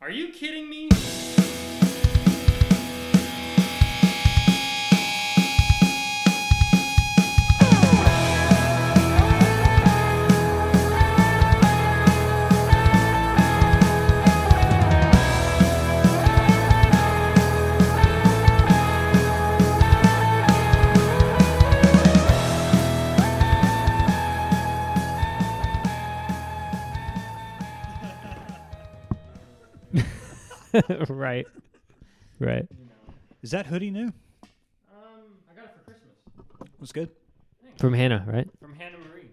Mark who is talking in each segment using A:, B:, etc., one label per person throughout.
A: Are you kidding me?
B: right. Right.
C: Is that hoodie new?
A: Um, I got it for Christmas
C: That's good.
B: From Hannah, right?
A: from Hannah Marie.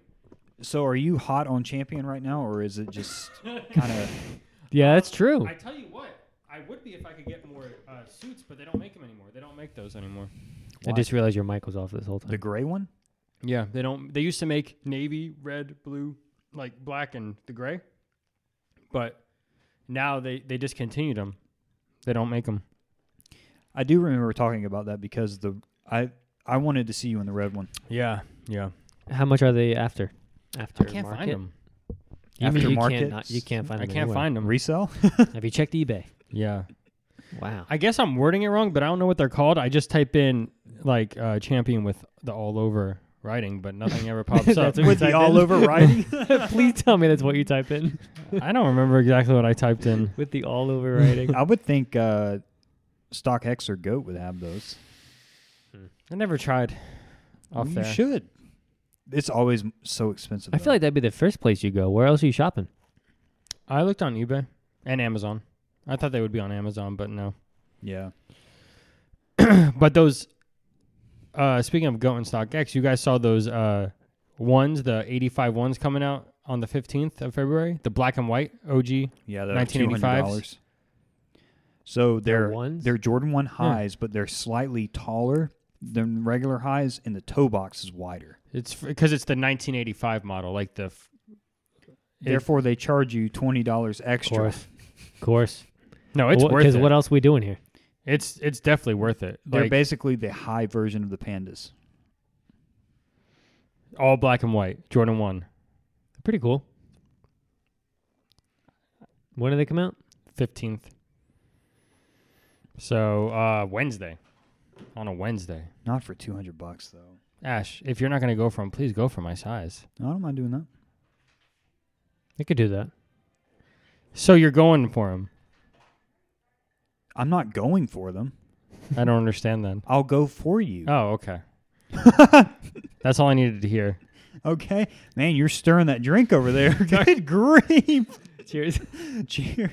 C: So, are you hot on champion right now, or is it just kind of?
B: Yeah,
A: Uh,
B: that's true.
A: I tell you what, I would be if I could get more uh, suits, but they don't make them anymore. They don't make those anymore.
B: I just realized your mic was off this whole
C: The
B: time.
C: gray one?
A: Yeah, they don't. They used to make navy, red, blue, like black and the gray, but now they they discontinued them. They don't make them.
C: I do remember talking about that because the I I wanted to see you in the red one.
A: Yeah, yeah.
B: How much are they after? After
A: I can't
B: market?
A: find them.
B: You mean you
C: Aftermarket?
B: can't, not, you can't find
A: I
B: them.
A: can't find them.
C: Resell?
B: them. Have you checked eBay?
A: Yeah.
B: Wow.
A: I guess I'm wording it wrong, but I don't know what they're called. I just type in like uh, champion with the all over writing, but nothing ever pops up.
B: That's what you
C: With the
B: typed in?
C: all over writing?
B: Please tell me that's what you type in
A: I don't remember exactly what I typed in.
B: with the all over writing.
C: I would think uh, Stock X or Goat would have those.
A: I never tried. Off
C: you
A: there.
C: should. It's always m- so expensive.
B: I feel like that'd be the first place you go. Where else are you shopping?
A: I looked on eBay and Amazon. I thought they would be on Amazon, but no.
C: yeah.
A: But those. Uh, speaking of Goat and Stock X, you guys saw those uh, ones, the 85 ones coming out on the 15th of February, the black and white OG.
C: Yeah, they're
A: 1985s.
C: $200. So
B: They're
C: they're
B: ones?
C: they're Jordan 1
B: Hmm.
C: highs, but they're slightly taller than regular highs and the toe box is wider.
A: It's because it's the 1985 model, like the f- It-
C: Therefore they charge you $20 extra.
B: course. Of course.
A: No, Oh, it's worth
B: Because
A: it.
B: what else we doing here?
A: It's it's definitely worth it.
C: They're
A: Like
C: basically the high version of the pandas.
A: all black and white. Jordan one.
B: Pretty cool. When do they come out?
A: 15th. So uh Wednesday. On a Wednesday.
C: Not for 200 bucks though.
A: Ash, if you're not gonna go for them, please go for my size.
C: I don't mind doing that.
B: They could do that.
A: So you're going for them.
C: I'm not going for them.
A: I don't understand that.
C: I'll go for you.
B: Uh,
A: Oh, okay. That's all I needed to hear.
C: Okay. Man, you're stirring that drink over there. Good grief.
B: Cheers.
C: Cheers.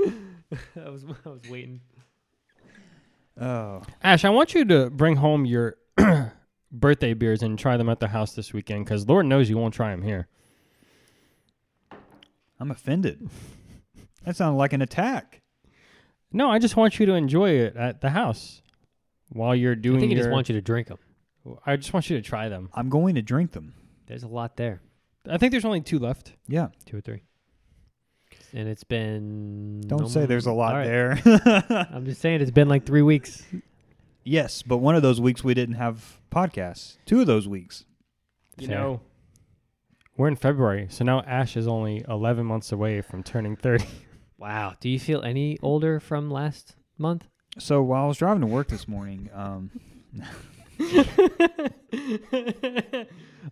B: I was I was waiting.
C: Oh.
A: Ash, I want you to bring home your birthday beers and try them at the house this weekend because Lord knows you won't try them here.
C: I'm offended. That sounded like an attack.
A: No, I just want you to enjoy it at the house while you're doing
B: I think
A: your.
B: he just wants you to drink them.
A: I just want you to try them.
C: I'm going to drink them.
B: There's a lot there.
A: I think there's only two left.
C: Yeah.
B: Two or three. And it's been.
C: Don't say there's a lot
B: All right.
C: there.
B: I'm just saying it's been like three weeks.
C: yes, but one of those weeks we didn't have podcasts. Two of those weeks.
A: You
B: Fair.
A: know, we're in February, so now Ash is only 11 months away from turning 30.
B: Wow. Do you feel any older from last month?
C: So while I was driving to work this morning, um,
B: I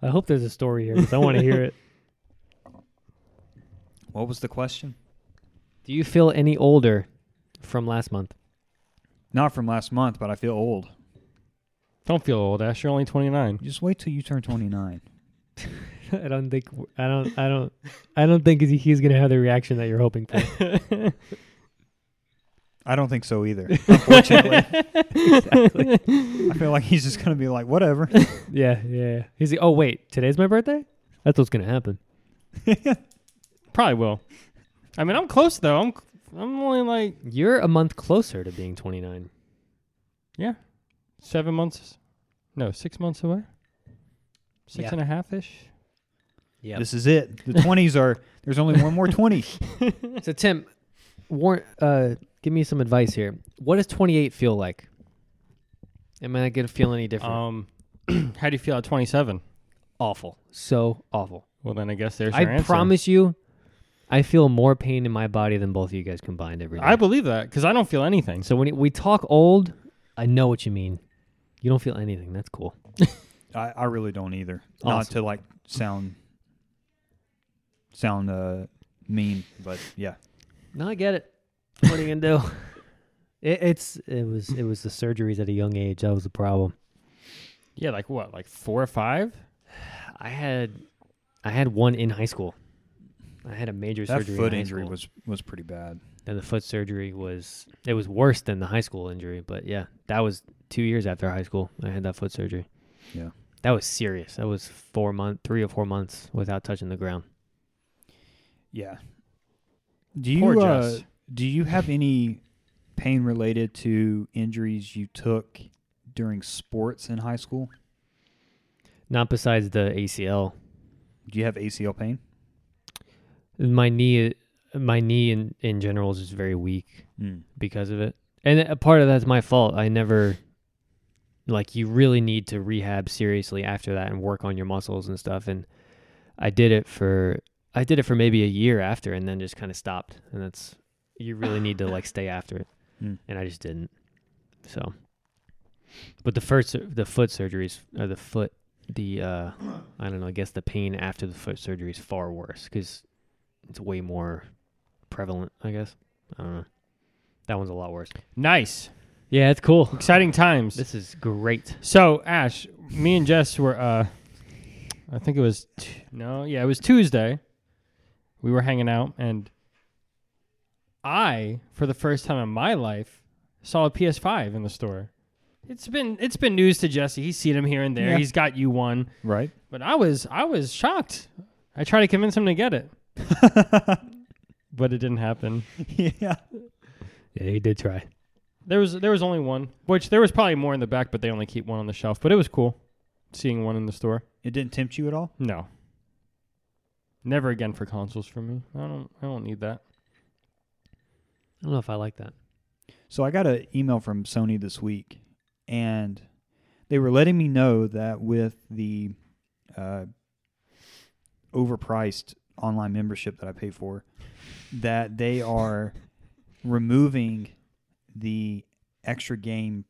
B: hope there's a story here because I want to hear it.
C: what was the question?
B: Do you feel any older from last month?
C: Not from last month, but I feel old.
A: Don't feel old, Ash. You're only 29.
C: Just wait till you turn 29.
B: I don't think I don't I don't I don't think he's gonna have the reaction that you're hoping for.
C: I don't think so either. Unfortunately, I feel like he's just gonna be like, whatever.
B: yeah, yeah. He's like, oh wait, today's my birthday. That's what's gonna happen.
A: Probably will. I mean, I'm close, though. I'm, I'm only like
B: You're a month closer to being 29.
A: seven months. No, six months away.
B: Yeah.
A: Six and a half ish.
B: Yeah.
C: This is it. The 20s are. There's only one more 20.
B: So Tim, warn, uh, give me some advice here. What does 28 feel like? Am I gonna feel any different?
A: Um, how do you feel at 27?
B: awful. So awful.
A: Well, then I guess there's your
B: I
A: answer.
B: promise you, I feel more pain in my body than both of you guys combined every day.
A: I believe that because I don't feel anything.
B: so when we talk old, I know what you mean. You don't feel anything. That's cool.
C: I, I really don't either. Not
B: Awesome.
C: to like sound sound uh, mean, but yeah.
B: No, I get it. What are you gonna do? It, it's it was it was the surgeries at a young age that was the problem.
A: Yeah, like what, like four or five?
B: I had I had one in high school. I had a major
C: That
B: surgery.
C: foot
B: in high
C: injury
B: school.
C: was was pretty bad.
B: and the foot surgery was it was worse than the high school injury. But yeah, that was two years after high school. I had that foot surgery.
C: Yeah.
B: that was serious. That was four month, three or four months without touching the ground.
C: Yeah. Do you
A: Poor
C: uh,
A: Jess.
C: do you have any pain related to injuries you took during sports in high school?
B: Not besides the ACL.
C: Do you have ACL pain?
B: My knee, my knee in in general is just very weak.
C: Mm.
B: because of it. And a part of that's my fault. I never like you really need to rehab seriously after that and work on your muscles and stuff and I did it for I did it for maybe a year after and then just kind of stopped and that's you really need to like stay after it.
C: Hmm.
B: And I just didn't. So but the first the foot surgeries or the foot the uh I don't know, I guess the pain after the foot surgery is far worse cuz it's way more prevalent, I guess. I don't know. That one's a lot worse.
A: Nice,
B: Yeah, it's cool.
A: exciting times.
B: This is great.
A: So Ash, me and Jess were, uh, I think it was t- no, yeah, it was Tuesday. We were hanging out, and I, for the first time in my life, saw a PS5 in the store. It's been it's been news to Jesse. He's seen him here and there.
C: Yeah.
A: He's got you one,
C: Right.
A: but I was I was shocked. I tried to convince him to get it, but it didn't happen.
C: yeah.
B: Yeah, he did try.
A: There was there was only one, which there was probably more in the back, but they only keep one on the shelf. But it was cool seeing one in the store.
C: It didn't tempt you at all.
A: No. Never again for consoles for me. I don't I don't need that.
B: I don't know if I like that.
C: So I got an email from Sony this week, and they were letting me know that with the uh, overpriced online membership that I pay for, that they are removing the extra game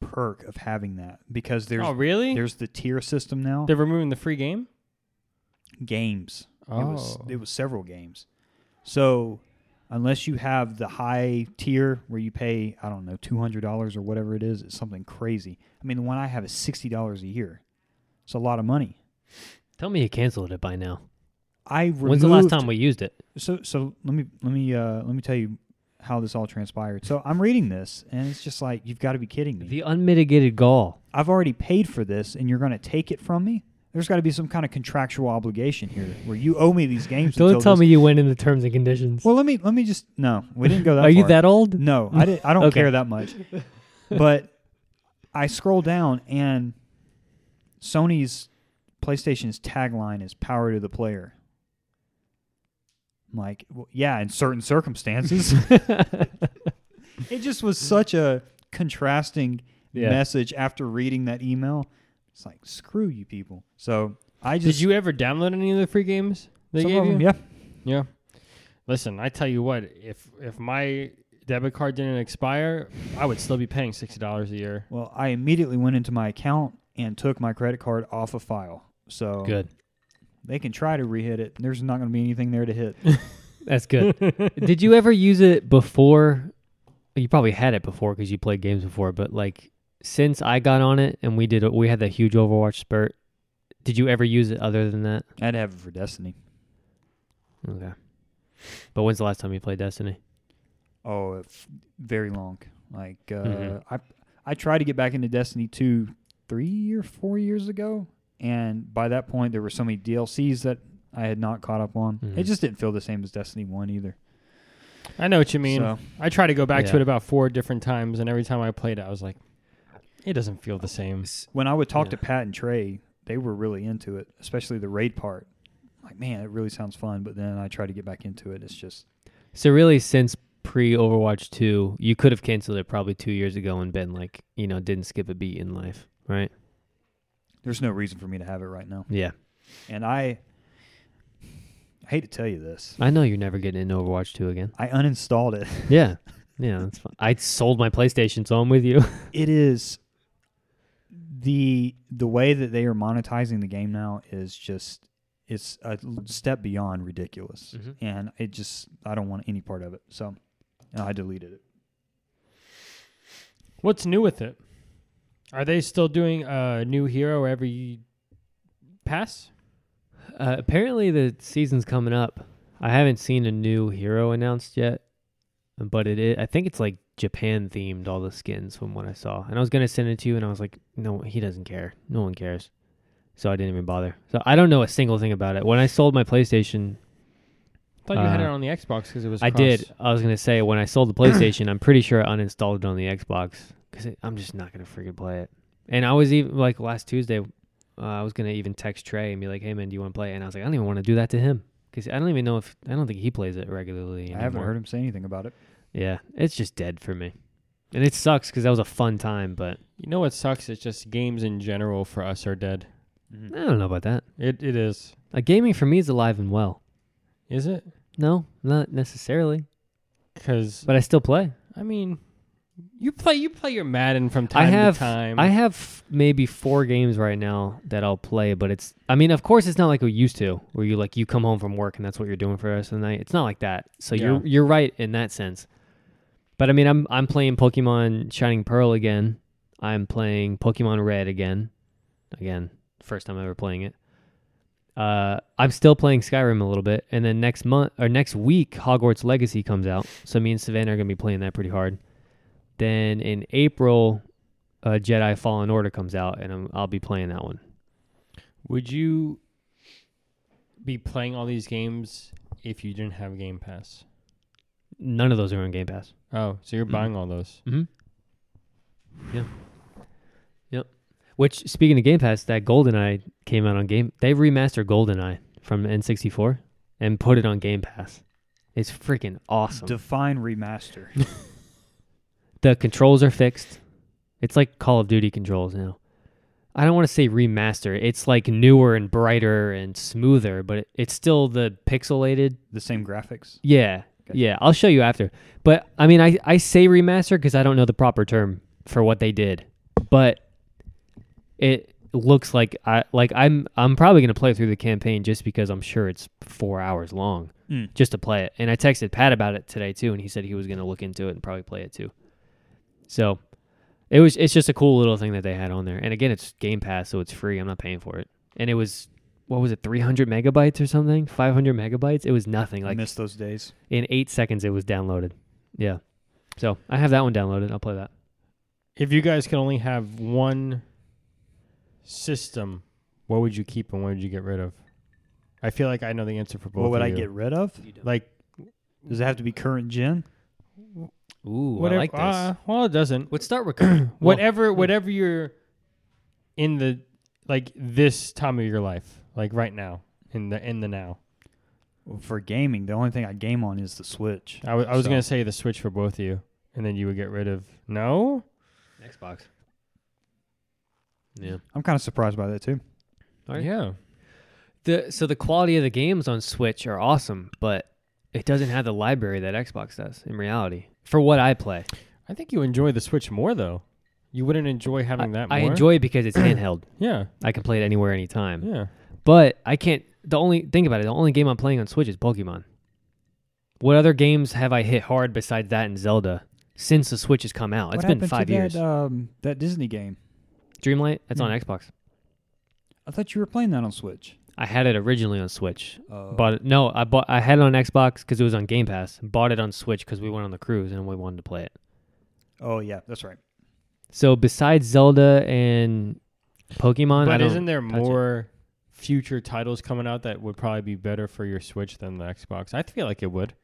C: perk of having that because there's
A: oh really?
C: there's the tier system now.
A: They're removing the free game? Oh.
C: games. It was
B: Oh.
C: it was several games. So unless you have the high tier where you pay, I don't know, two hundred dollars or whatever it is, it's something crazy. I mean the one I have is sixty dollars a year. It's a lot of money.
B: Tell me you canceled it by now.
C: I removed,
B: When's the last time we used it?
C: so so let me let me uh let me tell you how this all transpired. So I'm reading this and it's just like you've got to be kidding me.
B: The unmitigated gall.
C: I've already paid for this and you're going to take it from me? There's got to be some kind of contractual obligation here where you owe me these games.
B: Don't
C: until
B: tell
C: this-
B: me you went into terms and conditions.
C: Well, let me let me just no. We didn't go that
B: Are you
C: far.
B: that old?
C: No, I didn't. I don't
B: Okay.
C: care that much. But I scroll down and Sony's PlayStation's tagline is "Power to the player." I'm like, well, yeah, in certain circumstances, it just was such a contrasting
A: Yeah.
C: message after reading that email. It's like, screw you people. So I just
A: Did you ever download any of the free games they
C: some
A: gave
C: of them,
A: you?
C: yeah.
A: Yeah. Listen, I tell you what, if if my debit card didn't expire, I would still be paying sixty dollars a year.
C: Well, I immediately went into my account and took my credit card off a file. So
B: Good.
C: they can try to re-hit it. There's not going to be anything there to hit.
B: That's good. did you ever use it before? You probably had it before because you played games before, but like since I got on it and we did, we had that huge Overwatch spurt. Did you ever use it other than that?
C: I'd have it for Destiny.
B: Okay. But when's the last time you played Destiny?
C: Oh, if very long. Like uh,
B: Mhm.
C: I, I tried to get back into Destiny two, three or four years ago, and by that point there were so many DLCs that I had not caught up on. It
B: Mhm.
C: just didn't feel the same as Destiny one either.
A: I know what you mean.
C: So,
A: I tried to go back to
B: Yeah.
A: it about four different times and every time I played it I was like, it doesn't feel the same.
C: when I would talk
B: Yeah.
C: to Pat and Trey, they were really into it, especially the raid part. Like, man, it really sounds fun. But then I try to get back into it. It's just
B: So really, since pre Overwatch two, you could have canceled it probably two years ago and been like, you know, didn't skip a beat in life, right?
C: there's no reason for me to have it right now.
B: Yeah.
C: And I I hate to tell you this.
B: I know you're never getting into Overwatch 2 again.
C: I uninstalled it.
B: Yeah. Yeah, that's fine. I sold my PlayStation, so I'm with you.
C: It is the the way that they are monetizing the game now is just it's a step beyond ridiculous.
B: Mhm.
C: And it just I don't want any part of it. So and I deleted it.
A: What's new with it? Are they still doing a new hero every pass?
B: Uh, apparently, the season's coming up. I haven't seen a new hero announced yet, but it is, I think it's like Japan themed. All the skins from what I saw, and I was gonna send it to you, and I was like, no, he doesn't care. No one cares, so I didn't even bother. So I don't know a single thing about it. When I sold my PlayStation,
A: I thought you had
B: Uh,
A: it on the Xbox because it was.
B: I
A: cross-
B: did. I was gonna say when I sold the PlayStation, I'm pretty sure I uninstalled it on the Xbox because I'm just not gonna freaking play it. And I was even like last Tuesday, uh, I was gonna even text Trey and be like, "Hey man, do you want to play?" it?" And I was like, "I don't even want to do that to him because I don't even know if I don't think he plays it regularly."
C: I haven't
B: anymore.
C: heard him say anything about it.
B: Yeah, it's just dead for me, and it sucks because that was a fun time. But
A: You know what sucks? It's just games in general for us are dead.
B: I don't know about that.
A: It it is.
B: Like gaming for me is alive and well.
A: Is it?
B: No, not necessarily,
A: Because
B: but I still play.
A: I mean, you play you play your Madden from time
B: I have
A: to time.
B: I have f- maybe four games right now that I'll play, but it's I mean, of course, it's not like we used to, where you like you come home from work and that's what you're doing for the rest of the night. It's not like that. So you're
A: Yeah.
B: you're right in that sense. But I mean, I'm I'm playing Pokemon Shining Pearl again. I'm playing Pokemon Red again. Again, first time ever playing it. Uh, I'm still playing Skyrim a little bit, and then next month or next week, Hogwarts Legacy comes out. So me and Savannah are gonna be playing that pretty hard. Then in April, uh, Jedi Fallen Order comes out, and I'm, I'll be playing that one.
A: Would you be playing all these games if you didn't have Game Pass?
B: None of those are on Game Pass.
A: Oh, so you're
B: Mm.
A: buying all those?
B: Mm-hmm. Yeah. Yep. Which, speaking of Game Pass, that GoldenEye came out on Game. They remastered GoldenEye from N64 and put it on Game Pass. It's freaking awesome.
C: Define remaster.
B: the controls are fixed. It's like Call of Duty controls now. I don't want to say remaster. It's like newer and brighter and smoother, but it, it's still the pixelated
C: the same graphics.
B: Yeah.
C: Gotcha.
B: Yeah. I'll show you after. But I mean, I, I say remaster because I don't know the proper term for what they did. But it looks like I like I'm I'm probably gonna play through the campaign just because I'm sure it's four hours long
C: Mm.
B: just to play it. And I texted Pat about it today too, and he said he was gonna look into it and probably play it too. So it was it's just a cool little thing that they had on there. And again, it's Game Pass, so it's free. I'm not paying for it. And it was what was it, 300 megabytes or something? 500 megabytes? It was nothing.
C: I
B: Like
C: miss those days.
B: in eight seconds it was downloaded yeah so i have that one downloaded i'll play that
A: If you guys could only have one system, what would you keep and what would you get rid of? I feel like I know the answer for both.
C: What would
A: of
C: I
A: you.
C: get rid of?
A: Like
C: Does it have to be current gen?
B: ooh
A: whatever.
B: i like this
A: uh, well, it doesn't.
B: let's start with current. Well,
A: whatever, whatever you're in the like this time of your life, like right now in the in the now.
C: Well, for gaming, the only thing I game on is the Switch.
A: I wa- I was
C: So-
A: gonna say the Switch for both of you, and then you would get rid of no.
B: xbox yeah
C: I'm kind of surprised by that too.
B: All right.
A: Yeah.
B: the so the quality of the games on switch are awesome but it doesn't have the library that xbox does in reality for what i play
A: I think you enjoy the Switch more though. You wouldn't enjoy having
B: I,
A: that.
B: I
A: more?
B: enjoy it because it's handheld
A: Yeah.
B: i can play it anywhere anytime
A: Yeah.
B: But I can't. The only think about it. The only game I'm playing on Switch is Pokemon. What other games have I hit hard besides that and Zelda since the Switch has come out?
C: What
B: It's been
C: happened
B: five
C: to
B: years.
C: That, um, that Disney game.
B: Dreamlight. That's on
C: Hmm.
B: Xbox.
C: I thought you were playing that on Switch.
B: I had it originally on Switch,
C: Uh,
B: but no, I bought. I had it on Xbox because it was on Game Pass. Bought it on Switch because we went on the cruise and we wanted to play it.
C: oh yeah, that's right.
B: So besides Zelda and Pokemon, I
A: But
B: don't,
A: isn't there
B: it.
A: more future titles coming out that would probably be better for your Switch than the Xbox? I feel like it would.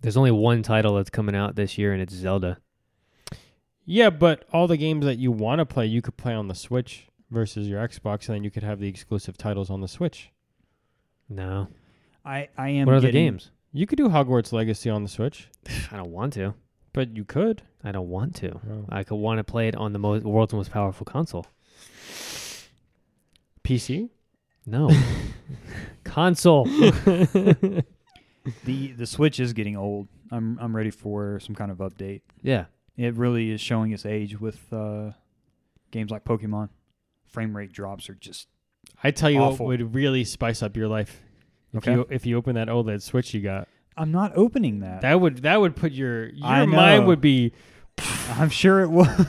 B: there's only one title that's coming out this year, and it's Zelda.
A: Yeah, but all the games that you want to play, you could play on the Switch versus your Xbox, and then you could have the exclusive titles on the Switch.
B: No,
C: I I am.
B: what are the
C: getting-
B: games?
A: You could do Hogwarts Legacy on the Switch,
B: I don't want to.
A: but you could.
B: I don't want to. I could want to play it on the most, world's most powerful console.
A: PC?
B: No. console.
C: the the Switch is getting old. I'm I'm ready for some kind of update.
B: yeah.
C: It really is showing its age with uh, games like Pokemon. Frame rate drops are just
A: I tell you
C: Awful.
A: what would really spice up your life. If
C: Okay.
A: you if you open that OLED switch you got,
C: I'm not opening that.
A: that would that would put your
C: I
A: your mind
C: know.
A: would be
C: I'm sure it will.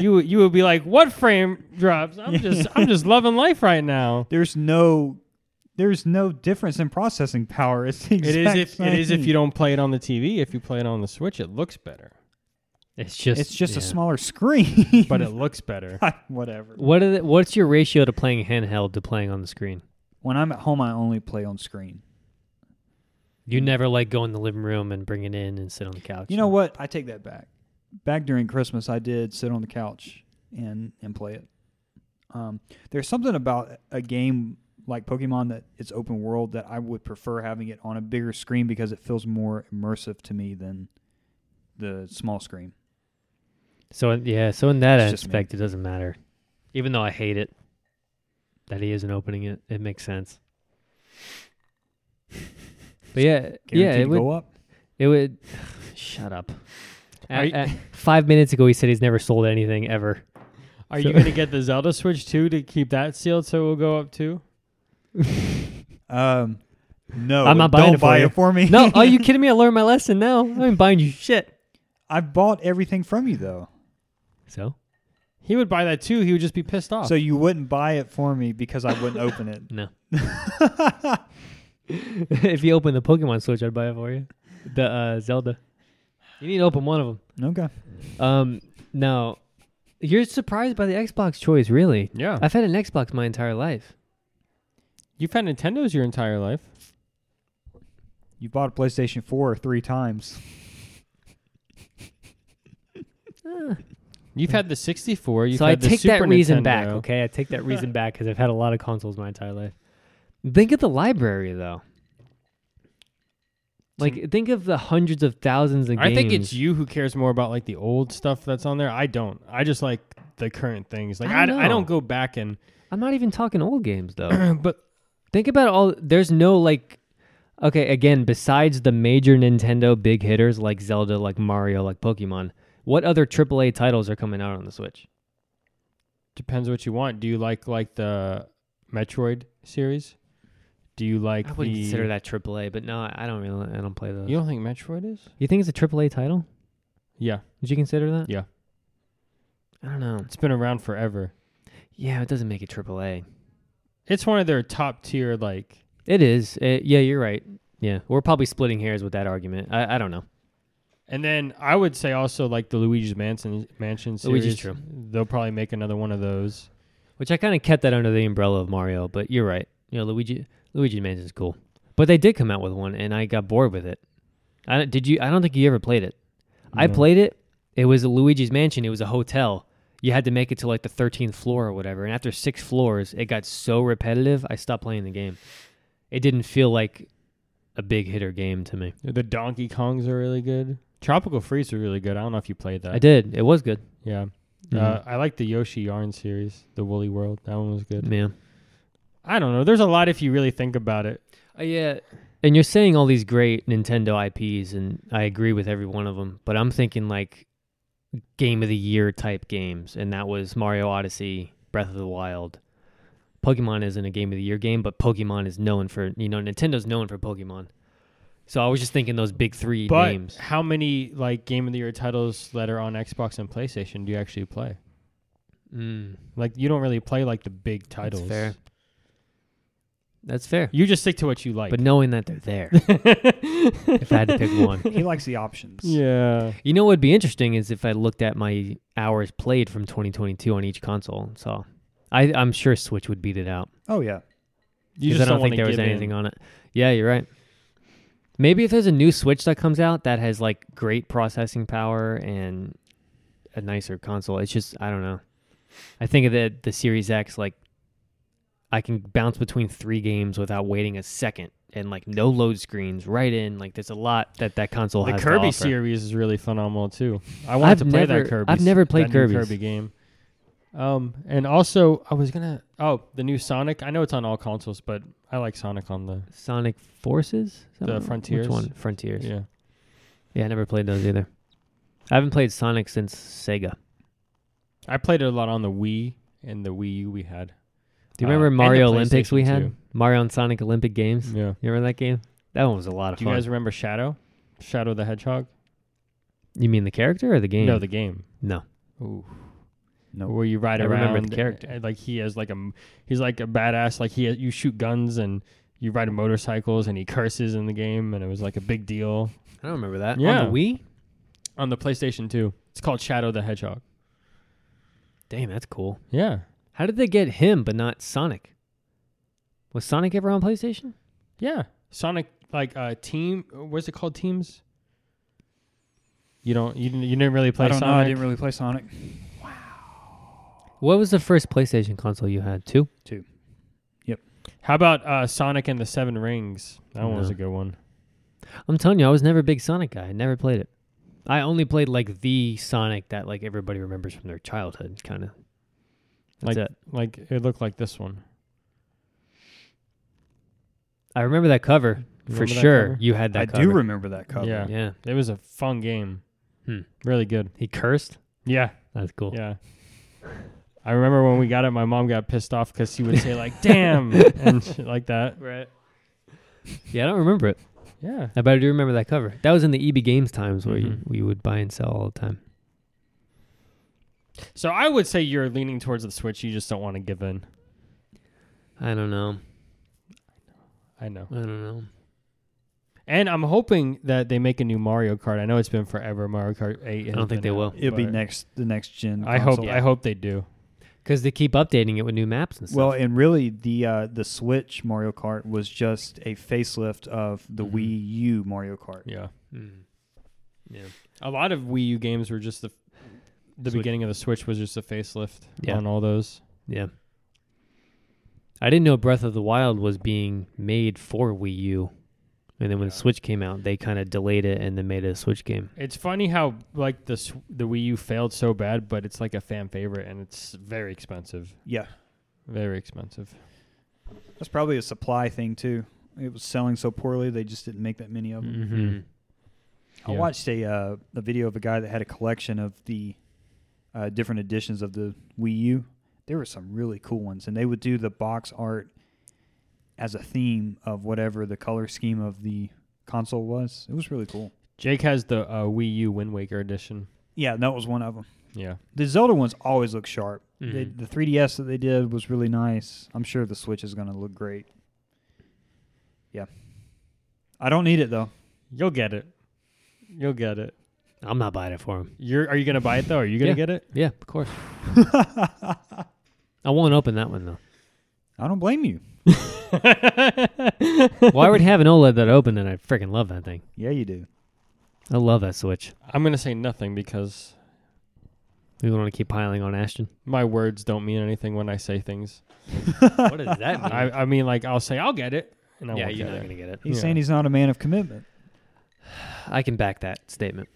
A: you you would be like what frame drops? I'm just I'm just loving life right now.
C: there's no there's no difference in processing power. It's the
A: It is
C: exact
A: if it is if
C: same.
A: you don't play it on the TV. If you play it on the Switch, it looks better,
B: It's just
C: It's just a
B: yeah.
C: smaller screen.
A: but it looks better.
C: whatever.
B: What are the, what's your ratio to playing handheld to playing on the screen?
C: When I'm at home, I only play on screen.
B: You never like go in the living room and bring it in and sit on the couch.
C: You know what? I take that back. Back during Christmas, I did sit on the couch and and play it. Um, there's something about a game like Pokemon that it's open world that I would prefer having it on a bigger screen because it feels more immersive to me than the small screen.
B: So yeah, so in that
C: It's just me.
B: aspect, it doesn't matter. Even though I hate it, that he isn't opening it, it makes sense. But yeah, yeah,
C: Guaranteed
B: it
C: to
B: would.
C: go up.
B: It would. Shut up.
A: Are
B: At,
A: you-
B: at- five minutes ago, he said he's never sold anything ever.
A: Are
B: So-
A: you gonna get the Zelda Switch too to keep that sealed so it will go up too?
C: Um, no,
B: I'm not buying
C: don't
B: it for
C: buy
B: you.
C: it for me.
B: No, are you kidding me? I learned my lesson now. I ain't buying you shit.
C: I've bought everything from you though,
B: So
A: He would buy that too. He would just be pissed
B: Oh.
A: off.
C: so you wouldn't buy it for me because I wouldn't open it.
B: no. if you open the Pokemon Switch, I'd buy it for you. The uh, Zelda. You need to open one of them.
C: Okay.
B: Um, now, you're surprised by the Xbox choice, really?
A: yeah,
B: I've had an Xbox my entire life.
A: you've had Nintendos your entire life.
C: You bought a PlayStation 4 three times.
A: You've had the 64. You've
B: so I
A: had the
B: take
A: Super
B: that reason back,
A: Nintendo.
B: okay? I take that reason back because I've had a lot of consoles my entire life. Think of the library, though. Like, think of the hundreds of thousands of
A: I
B: games.
A: think it's you who cares more about like the old stuff that's on there. I don't. I just like the current things. Like
B: I
A: I,
B: don't
A: I,
B: know.
A: don't go back and
B: I'm not even talking old games, though.
A: but
B: Think about all. There's no like. Okay, again, besides the major Nintendo big hitters like Zelda, like Mario, like Pokemon, what other AAA titles are coming out on the Switch?
A: depends what you want. Do you like like the Metroid series? Do you like
B: I wouldn't
A: the
B: consider that AAA, but no, I don't really. I don't play those.
A: You
B: You,
A: don't think Metroid is?
B: think it's a AAA title?
A: Yeah.
B: Would you consider that?
A: Yeah.
B: I don't know.
A: It's been around forever.
B: Yeah, it doesn't make it AAA.
A: It's one of their top tier like
B: It is. It, yeah, you're right. Yeah, we're probably splitting hairs with that argument. I, I don't know.
A: and then I would say also like the Luigi's Mansion Mansion series.
B: Luigi's true.
A: They'll probably make another one of those.
B: Which I kind of kept that under the umbrella of Mario, but you're right. You know, Luigi Luigi Mansion's cool, but they did come out with one, and I got bored with it. I don't- did you? I don't think you ever played it. I
A: No.
B: played it. It was Luigi's Mansion. It was a hotel. You had to make it to like the 13th floor or whatever, and after six floors, it got so repetitive. I stopped playing the game. It didn't feel like a big hitter game to me.
A: The Donkey Kongs are really good. Tropical Freeze are really good. I don't know if you played that.
B: I did. It was good.
A: Yeah. Uh,
B: Mhm.
A: I like the Yoshi Yarn series, the Woolly World. That one was good.
B: Yeah.
A: I don't know. There's a lot if you really think about it.
B: Uh, yeah. And you're saying all these great Nintendo IPs, and I agree with every one of them, but I'm thinking like game of the year type games, and that was Mario Odyssey, Breath of the Wild. Pokemon isn't a game of the year game, but Pokemon is known for, you know, Nintendo's known for Pokemon. So I was just thinking those big three
A: But
B: names.
A: how many like Game of the Year titles that are on Xbox and PlayStation do you actually play?
B: Mm,
A: Like you don't really play like the big titles.
B: fair. that's fair.
A: You just stick to what you like.
B: But knowing that they're there, if I had to pick one.
C: He likes the options.
A: yeah.
B: You know what would be interesting is if I looked at my hours played from 2022 on each console. So I, I'm sure Switch would beat it out.
C: Oh yeah.
A: You
B: 'Cause
A: just
B: I don't,
A: wanna
B: think there was
A: give in.
B: anything on it. Yeah, you're right. Maybe if there's a new Switch that comes out that has like great processing power and a nicer console, it's just I don't know. I think that the Series X like I can bounce between three games without waiting a second and like no load screens right in. Like there's a lot that that console
A: The
B: has. to
A: Kirby
B: offer.
A: series is really phenomenal too. I wanted
B: I've
A: to play
B: never-
A: that Kirby.
B: I've never played
A: that new
B: Kirby's.
A: Kirby game. Um, and also I was gonna oh the new Sonic. I know it's on all consoles, but I like Sonic on the
B: Sonic Forces? Is that
A: The
B: one? Which
A: Frontiers.
B: one? Frontiers. Yeah.
A: yeah.
B: I never played those either. I haven't played Sonic since Sega.
A: I played it a lot on the Wii and the Wii U we had.
B: Do you
A: Uh,
B: remember
A: and the
B: Mario Olympics we
A: PlayStation
B: had?
A: too.
B: Mario and Sonic Olympic Games?
A: Yeah.
B: You remember that game? That one was a lot of
A: Do you
B: fun.
A: guys remember Shadow? Shadow the Hedgehog?
B: you mean the character or the game?
A: No, the game.
B: No.
A: Ooh.
C: No.
A: Where you ride
B: I
A: around
B: remember the character.
A: and, like he has like a m- he's like a badass like he uh, you shoot guns and you ride motorcycles and he curses in the game and it was like a big deal
B: I don't remember that.
A: Yeah.
B: On the Wii?
A: on the PlayStation 2. It's called Shadow the Hedgehog.
B: Damn, that's cool.
A: Yeah.
B: How did they get him but not Sonic? Was Sonic ever on PlayStation?
A: Yeah. Sonic like uh team what's it called teams? You don't you didn't, you didn't really play
C: I don't
A: Sonic?
C: know. I didn't really play Sonic.
B: What was the first PlayStation console you had? Two?
A: How about uh Sonic and the Seven Rings? That one was
B: No.
A: a good one.
B: I'm telling you, I was never a big Sonic guy. I never played it. I only played like the Sonic that like everybody remembers from their childhood, kind of.
A: Like
B: That's it.
A: like it looked like this one.
B: I remember that cover
A: You
B: for
A: remember that
B: sure.
A: cover?
B: You had that.
C: I
B: cover.
C: do remember that cover.
A: Yeah.
B: Yeah,
A: It was a fun game.
B: Hmm.
A: Really good.
B: he cursed.
A: Yeah.
B: That's cool.
A: Yeah. I remember when we got it, my mom got pissed off because she would say like "damn" and shit like that.
B: Right. yeah, I don't remember it.
A: Yeah,
B: I better do remember that cover. That was in the EB Games times where you,
A: Mhm.
B: we would buy and sell all the time.
A: so I would say you're leaning towards the Switch. You just don't want to give in.
B: I don't know.
A: I know,
B: I don't know.
A: and I'm hoping that they make a new Mario Kart. I know it's been forever. Mario Kart Eight.
B: I
A: has
B: don't
A: been
B: think they
A: out,
B: will.
C: It'll be
A: but
C: next the next gen.
A: I hope.
C: console.
A: I hope they do.
B: Because they keep updating it with new maps and stuff.
C: Well, and really, the uh, the Switch Mario Kart was just a facelift of the
B: Mhm.
C: Wii U Mario Kart.
A: Mm-hmm. Yeah,
B: Mm. yeah.
A: a lot of Wii U games were just the the
B: Switch.
A: beginning of the Switch was just a facelift
B: Yeah.
A: on all those.
B: Yeah. I didn't know Breath of the Wild was being made for Wii U. And then when Switch came out, they kind of delayed it and then made it a Switch game.
A: It's funny how like the Sw- the Wii U failed so bad, but it's like a fan favorite and it's very expensive.
C: Yeah,
A: Very expensive.
C: that's probably a supply thing too. It was selling so poorly, they just didn't make that many of them.
A: Mhm.
B: Mm-hmm.
C: I
A: Yeah.
C: watched a uh, a video of a guy that had a collection of the uh, different editions of the Wii U. There were some really cool ones, and they would do the box art as a theme of whatever the color scheme of the console was. It was really cool.
A: Jake has the uh, Wii U Wind Waker edition.
C: Yeah, that was one of them.
A: Yeah.
C: The Zelda ones always look sharp. They,
A: Mm-hmm.
B: Mhm.
C: the 3DS that they did was really nice. I'm sure the Switch is going to look great. Yeah. I don't need it though.
A: You'll get it. You'll get it.
B: I'm not buying it for him.
A: You're are you gonna buy it though? Are you gonna
B: Yeah.
A: get it?
B: Yeah, of course. I won't open that one though.
C: I don't blame you.
B: Well, I already have an OLED that I opened and I freaking love that thing.
C: Yeah, you do.
B: I love that Switch.
A: I'm gonna say nothing because
B: We want to keep piling on Ashton.
A: my words don't mean anything when I say things.
B: what does that mean?
A: I, I mean like I'll say I'll get it and I
B: yeah,
A: won't
B: you're
A: get
B: not
A: it.
B: going to get it.
C: He's
A: Yeah.
C: saying he's not a man of commitment.
B: I can back that statement.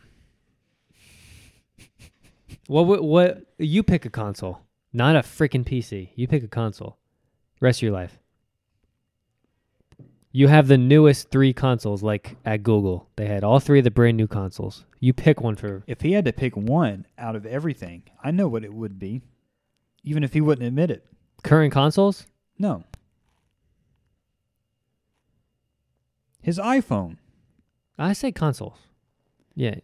B: What, what what you pick a console, not a freaking PC. You pick a console. Rest of your life. You have the newest three consoles like at Google. They had all three of the brand new consoles. You pick one for
C: If he had to pick one out of everything, I know what it would be. Even if he wouldn't admit it.
B: current consoles?
C: No. His iPhone.
B: I say consoles. Yeah.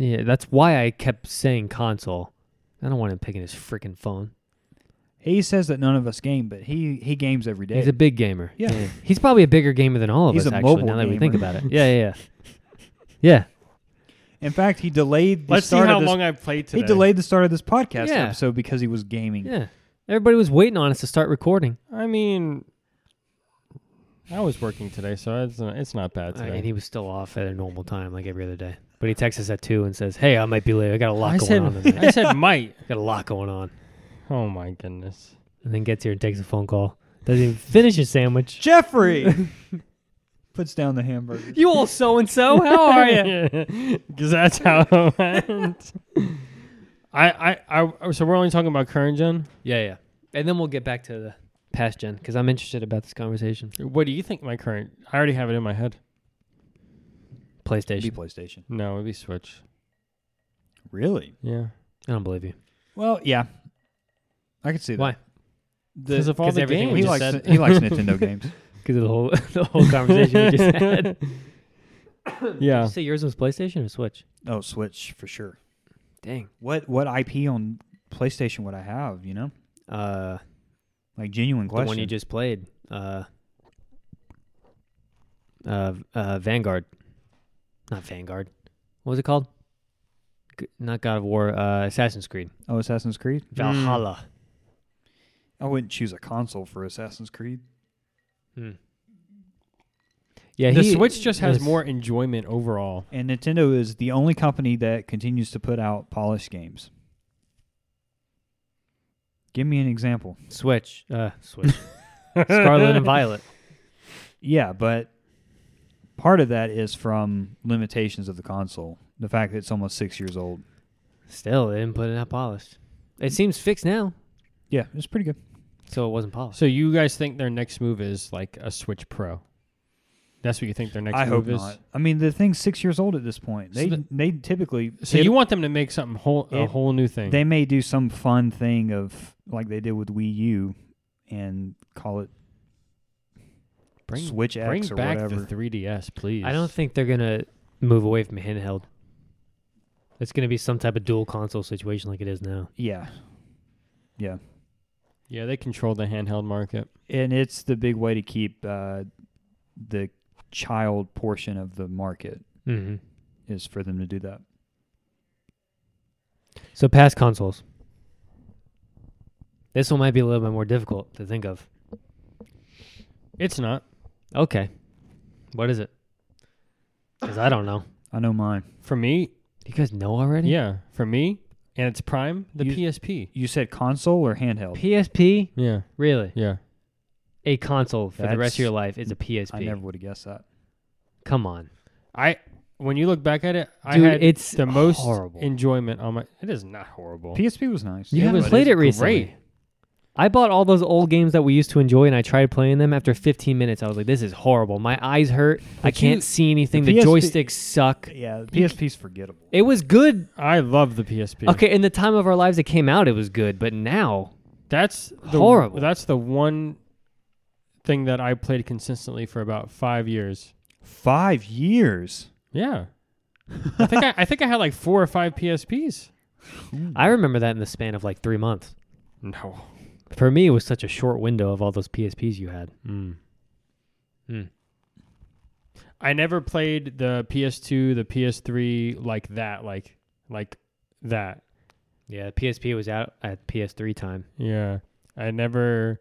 B: Yeah, that's why I kept saying console. I don't want him picking his freaking phone.
C: He says that none of us game, but he he games every day.
B: He's a big gamer.
C: Yeah.
B: He's probably a bigger gamer than all of
C: He's
B: us,
C: a
B: actually,
C: mobile
B: now that we think
C: gamer.
B: about it. Yeah, yeah, yeah. Yeah.
C: In fact, he delayed the
A: Let's see
C: start
A: how
C: of this
A: long I played today.
C: He delayed the start of this podcast
B: Yeah.
C: episode because he was gaming.
B: Yeah. Everybody was waiting on us to start recording.
A: I mean, I was working today, so it's not, it's not bad today.
B: and he was still off at a normal time, like every other day. But he texts us at two and says, "Hey, I might be late. I got a lot
A: I
B: going
A: said
B: on tonight.
A: I said might.
B: I got a lot going on."
A: Oh my goodness.
B: And then gets here and takes a phone call. Doesn't even finish his sandwich.
C: Jeffrey puts down the hamburger.
B: You old so and so, how are you?
A: Because that's how it went. I, I, I, so we're only talking about current gen.
B: Yeah, yeah. And then we'll get back to the past gen because I'm interested about this conversation.
A: What do you think my current? I already have it in my head.
C: It'd be
B: PlayStation.
C: PlayStation.
A: No, it'd be Switch.
C: Really?
A: Yeah.
B: I don't believe you.
C: Well, yeah. I could see that.
B: Why?
A: Because of all
B: 'cause
A: the
B: everything
A: games.
B: we
C: He
B: just
C: likes
B: said-
C: he likes Nintendo games.
B: Because of the whole the whole conversation we just had. Did you
A: yeah.
B: say yours was PlayStation or Switch?
C: Oh, Switch for sure.
B: Dang.
C: What what IP on PlayStation would I have? You know,
B: Uh,
C: like genuine question.
B: The one you just played. Uh, uh, uh, Vanguard. Not Vanguard. What was it called? G- not God of War. Uh, Assassin's Creed.
C: oh, Assassin's Creed.
A: Hmm.
B: Valhalla.
C: I wouldn't choose a console for Assassin's Creed.
B: Yeah,
A: Hmm. the
B: he-
A: Switch just has
B: this-
A: more enjoyment overall.
C: And Nintendo is the only company that continues to put out polished games. Give me an example.
B: Switch. Uh, Switch. Scarlet and Violet.
C: Yeah, but part of that is from limitations of the console. The fact that it's almost six years old.
B: Still, they didn't put it out polished. It seems fixed now,
C: Yeah, it's pretty good.
B: so it wasn't polished.
A: So you guys think their next move is like a Switch Pro? That's what you think their next
C: I hope
A: move is.
C: not. I mean, the thing's six years old at this point.
A: So
C: They
A: the-
C: they typically
A: So
C: it-
A: you want them to make something whole a
C: it-
A: whole new thing?
C: they may do some fun thing of like they did with Wii U and call it
A: bring
C: Switch X
A: bring
C: or
A: back
C: whatever.
A: the 3DS, please.
B: I don't think they're gonna move away from handheld. It's gonna be some type of dual console situation like it is now.
C: yeah, yeah.
A: Yeah, they control the handheld market.
C: and it's the big way to keep uh, the child portion of the market
B: Mm-hmm.
C: is for them to do that.
B: So past consoles. This one might be a little bit more difficult to think of.
A: It's not.
B: Okay. What is it? Because I don't know.
C: I know mine.
A: For me,
B: You guys know already?
A: yeah, for me, and it's Prime, the
C: You-
A: PSP.
C: You said console or handheld?
B: PSP?
A: Yeah,
B: Really?
A: yeah.
B: A console for the rest
C: That's-
B: of your life is a PSP.
C: I never would have guessed that.
B: Come on.
A: I when you look back at it, I
B: Dude,
A: had
B: it's
A: the most
B: horrible.
A: enjoyment on my. It is not horrible.
C: PSP was nice.
B: You
A: It
B: haven't
A: was
B: played it
A: great.
B: recently. I bought all those old games that we used to enjoy and I tried playing them. After 15 minutes, I was like, this is horrible. My eyes hurt. I
A: But
B: can't
A: you-
B: see anything. The,
C: PSP
B: joysticks suck.
C: Yeah, PSP's forgettable.
B: It was good.
A: I love the PSP.
B: Okay, in the time of our lives it came out, it was good. But now,
A: that's the,
B: Horrible.
A: That's the one thing that I played consistently for about five years.
C: Five years.
A: Yeah, I think I, I think I had like four or five PSPs.
B: I remember that in the span of like three months.
A: No.
B: For me, it was such a short window of all those PSPs you had.
A: Mm.
B: Mm.
A: Hmm. I never played the PS2, the PS3 like that, like like that.
B: Yeah, PSP was out at PS3 time.
A: Yeah, I never,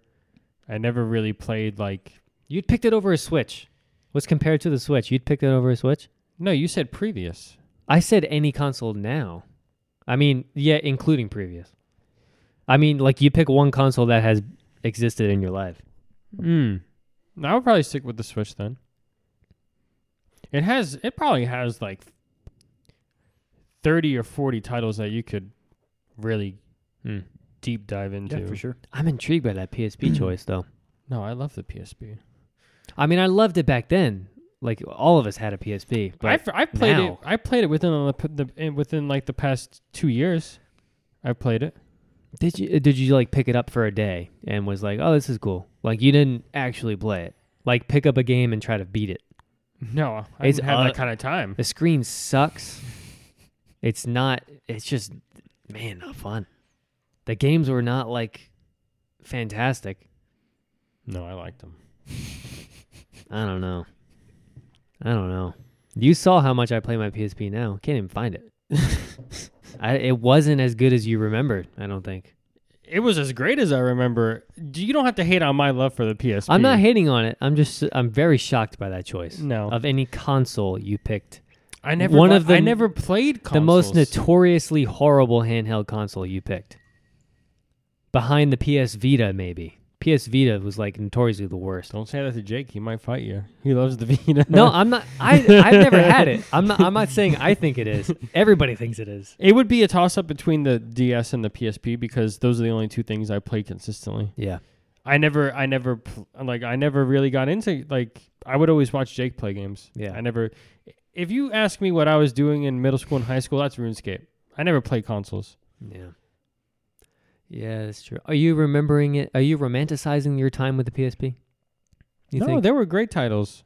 A: I never really played like.
B: You'd picked it over a Switch. What's compared to the Switch? You'd picked it over a Switch?
A: No, you said previous.
B: I said any console now. I mean, yeah, including previous. I mean, like you pick one console that has existed in your life.
A: Hmm. I would probably stick with the Switch then. It has. It probably has like thirty or forty titles that you could really
B: Hmm.
A: deep dive into.
C: sure.
B: I'm intrigued by that PSP choice, though.
A: No, I love the PSP.
B: I mean, I loved it back then. Like all of us had a PSP, but
A: I've I've played it.
B: now-
A: I played it within the, p- the in- within like the past two years. I've played it.
B: Did you did you like pick it up for a day and was like, oh, this is cool? Like you didn't actually play it. Like pick up a game and try to beat it.
A: No, I
B: It's,
A: didn't have
B: uh,
A: that kind of time.
B: The screen sucks. It's not. It's just man, not fun. The games were not like fantastic.
A: No, I liked them.
B: I don't know. I don't know. You saw how much I play my PSP now. Can't even find it. I, it wasn't as good as you remembered. I don't think.
A: It was as great as I remember. Do- You don't have to hate on my love for the PSP.
B: I'm not hating on it. I'm just. I'm very shocked by that choice.
A: No.
B: Of any console you picked.
A: I never.
B: uh, one
A: li-
B: of the-
A: I never played consoles.
B: the most notoriously horrible handheld console you picked behind the ps vita maybe PS Vita was like notoriously the worst.
A: Don't say that to Jake. He might fight you. He loves the Vita.
B: No, I'm not. I I've never had it. I'm not. I'm not saying I think it is. Everybody thinks it is.
A: it would be a toss up between the DS and the PSP because those are the only two things I play consistently.
B: Yeah.
A: I never, I never, pl- like, I never really got into like. I would always watch Jake play games.
B: Yeah.
A: I never. If you ask me what I was doing in middle school and high school, that's RuneScape. I never played consoles.
B: Yeah. Yeah, that's true. Are you remembering it? Are you romanticizing your time with the PSP? You
A: no,
B: think?
A: there were great titles.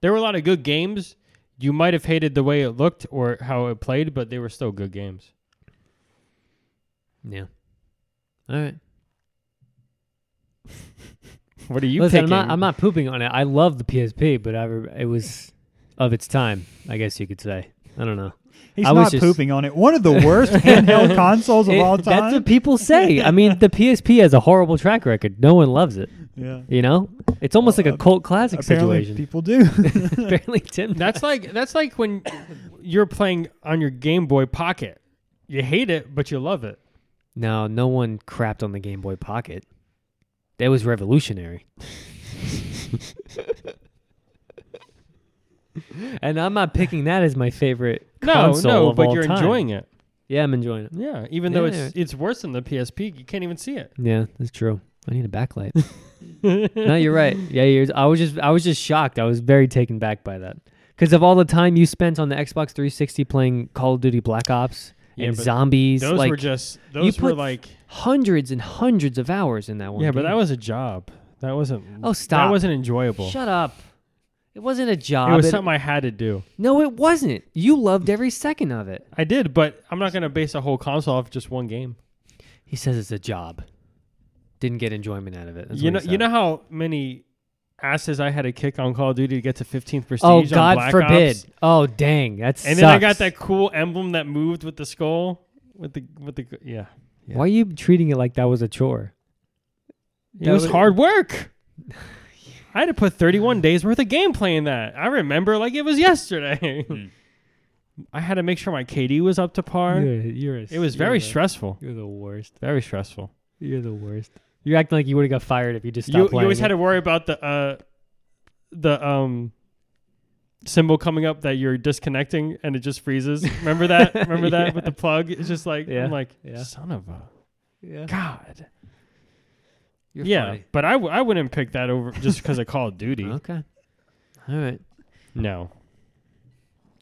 A: There were a lot of good games. You might have hated the way it looked or how it played, but they were still good games.
B: Yeah. All right.
A: What are you
B: Listen, I'm
A: picking?
B: not, I'm not pooping on it. I love the PSP, but I re- it was of its time, I guess you could say. I don't know.
C: He's
B: I was
C: not
B: just-
C: pooping on it. One of the worst handheld consoles of
B: It-
C: all time.
B: That's what people say. I mean, the PSP has a horrible track record. No one loves it.
C: yeah.
B: You know, it's almost like a cult classic
C: Uh, Apparently,
B: situation.
C: people do.
B: Apparently, Tim.
A: That's like that's like when you're playing on your Game Boy Pocket. You hate it, but you love it.
B: No, no one crapped on the Game Boy Pocket. That was revolutionary. and I'm not picking that as my favorite console
A: no, no,
B: of
A: but
B: all
A: you're
B: time.
A: enjoying it.
B: Yeah, I'm enjoying it.
A: Yeah, even though
B: Yeah.
A: it's it's worse than the PSP, you can't even see it.
B: Yeah, that's true. I need a backlight. no, you're right. Yeah, you're, I was just I was just shocked. I was very taken back by that because of all the time you spent on the Xbox 360 playing Call of Duty Black Ops
A: Yeah,
B: and
A: but
B: zombies,
A: Those
B: like
A: were just those were
B: put
A: like Mm.
B: hundreds and hundreds of hours in that one.
A: yeah, but
B: game.
A: that was a job. That wasn't
B: Oh, stop.
A: That wasn't enjoyable.
B: Shut up. It wasn't a job.
A: it was
B: It-
A: something I had to do.
B: no, it wasn't. You loved every second of it.
A: I did, but I'm not gonna base a whole console off just one game.
B: He says it's a job. Didn't get enjoyment out of it. That's
A: you know,
B: what he
A: you
B: said.
A: know how many asses I had to kick on Call of Duty to get to 15th prestige.
B: Oh
A: on
B: God
A: Black
B: forbid.
A: Ops?
B: Oh dang, that's.
A: And then I got that cool emblem that moved with the skull, with the with the yeah.
B: Why are you treating it like that was a chore?
A: It
B: That
A: was
B: was-
A: hard work. I had to put 31 days worth of gameplay in that. I remember like it was yesterday.
C: Hmm.
A: I had to make sure my KD was up to par.
B: You're, you're a-
A: It was very
B: you're the-
A: stressful.
B: You're the worst.
A: Very stressful.
B: You're the worst. You're acting like you would have got fired if you just stopped
A: You, you
B: playing.
A: always
B: it.
A: had to worry about the uh, the um symbol coming up that you're disconnecting and it just freezes. Remember that? Remember that with the plug? It's just like
B: Yeah.
A: I'm like
B: Yeah.
A: son of a
B: yeah.
A: god.
B: You're
A: yeah,
B: funny.
A: but I w- I wouldn't pick that over just because of Call of Duty.
B: Okay. All right.
A: No.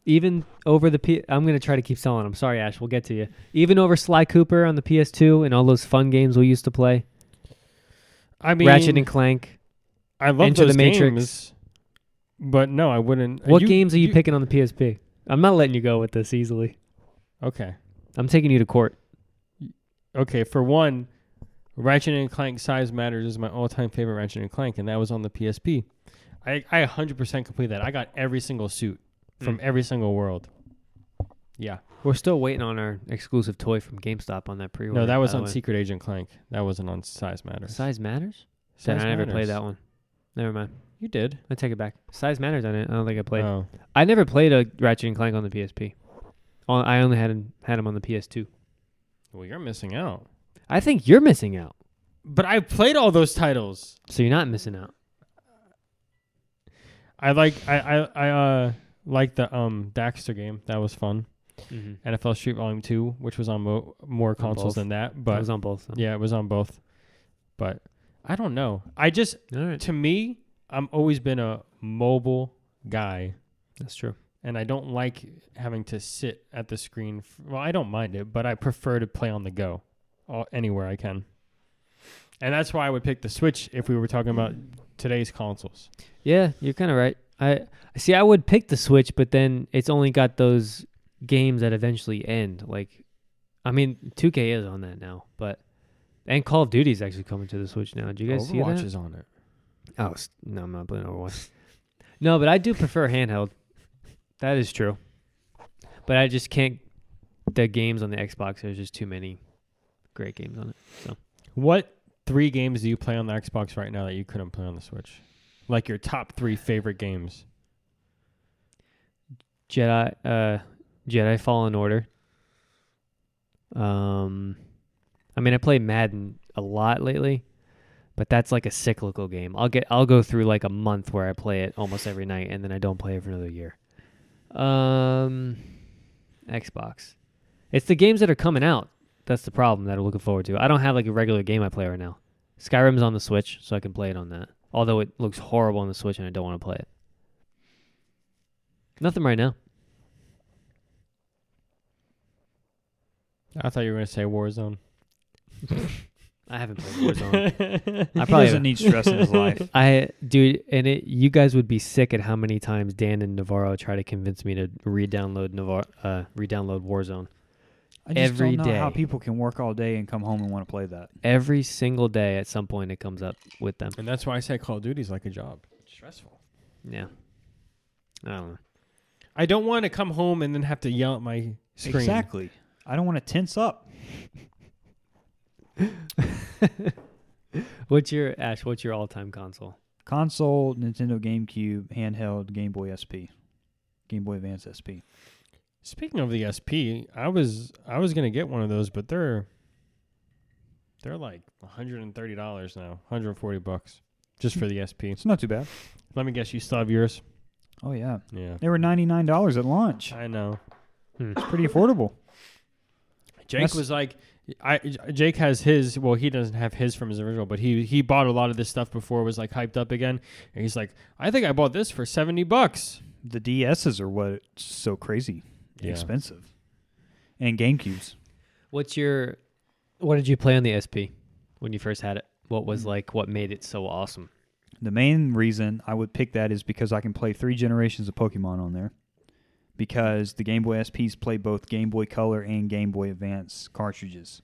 B: even over the P- I'm going to try to keep selling. I'm sorry, Ash. We'll get to you. Even over Sly Cooper on the PS2 and all those fun games we used to play,
A: I mean,
B: Ratchet and Clank.
A: I love
B: Enter the
A: those
B: Matrix.
A: games, but no, I wouldn't. Uh,
B: What games are you, picking on the PSP? I'm not letting you go with this easily.
A: Okay,
B: I'm taking you to court.
A: okay. For one, Ratchet and Clank Size Matters is my all-time favorite Ratchet and Clank, and that was on the PSP. I I 100% complete that. I got every single suit
B: Hmm.
A: from every single world. Yeah.
B: We're still waiting on our exclusive toy from GameStop on that pre-order.
A: No, that
B: by
A: was
B: the
A: on
B: way.
A: Secret Agent Clank. That wasn't on Size Matters.
B: Size Matters.
A: Size
B: Then I never played
A: Matters.
B: that one. Never mind.
A: You did.
B: I take it back. Size Matters on it. I don't think I played.
A: Oh.
B: I never played a Ratchet and Clank on the PSP. On- I only had 'em- had them on the PS2.
A: Well, you're missing out.
B: I think you're missing out.
A: But I played all those titles.
B: So you're not missing out.
A: I like I I, I uh like the um Daxter game. That was fun.
B: Mm-hmm.
A: NFL Street Volume Two, which was on mo- more consoles
B: both.
A: than that, but
B: I was on both.
A: yeah, it was on both. But I don't know. I just
B: All right.
A: to me, I'm always been a mobile guy,
B: That's true.
A: and I don't like having to sit at the screen. F- well, I don't mind it, but I prefer to play on the go, all, anywhere I can. And that's why I would pick the Switch if we were talking about today's consoles.
B: Yeah, you're kind of right. I see. I would pick the Switch, but then it's only got those games that eventually end. Like, I mean, 2K is on that now, but and Call of Duty is actually coming to the Switch now. Did you guys see
A: Overwatch
B: that?
A: is on it.
B: oh s- no, I'm not playing Overwatch. no, but I do prefer handheld. That is true. But I just can't. The games on the Xbox, there's just too many great games on it.
A: What three games do you play on the Xbox right now that you couldn't play on the Switch? Like your top three favorite games.
B: Jedi uh Jedi Fallen Order. Um I mean I play Madden a lot lately. But that's like a cyclical game. I'll get I'll go through like a month where I play it almost every night and then I don't play it for another year. Um Xbox. It's the games that are coming out. That's the problem that I'm looking forward to. I don't have like a regular game I play right now. Skyrim's on the Switch, so I can play it on that. Although it looks horrible on the Switch and I don't want to play it. Nothing right now.
A: I thought you were gonna say Warzone.
B: I haven't played Warzone.
A: Warzone.
B: I
C: He
B: probably
C: doesn't need stress in his life.
B: I dude, and it you guys would be sick at how many times Dan and Navarro try to convince me to re-download Navar- uh re-download Warzone.
C: I just
B: Every
C: don't know how
B: day.
C: people can work all day and come home and want to play that.
B: Every single day at some point it comes up with them.
A: and that's why I say Call of Duty's like a job. It's stressful.
B: Yeah. I don't know.
A: I don't want to come home and then have to yell at my screen.
C: Exactly. I don't want to tense up.
B: What's your Ash, what's your all-time console?
C: Console, Nintendo GameCube, handheld, Game Boy SP, Game Boy Advance SP.
A: Speaking of the SP, I was I was gonna get one of those, but they're they're like one hundred and thirty dollars now, one hundred and forty bucks just for the SP.
C: It's not too bad.
A: Let me guess, you still have yours?
C: Oh yeah,
A: Yeah,
C: they were ninety nine dollars at launch.
A: I know.
C: It's pretty affordable.
A: Jake
C: That's-
A: was like, I J- Jake has his. Well, he doesn't have his from his original, but he he bought a lot of this stuff before it was like hyped up again, and he's like, I think I bought this for seventy bucks.
C: The DSs are what's so crazy
A: Yeah.
C: expensive, and GameCubes.
B: What's your what did you play on the SP when you first had it? What
C: Hmm.
B: was like what made it so awesome?
C: The main reason I would pick that is because I can play three generations of Pokemon on there. Because the Game Boy SPs play both Game Boy Color and Game Boy Advance cartridges.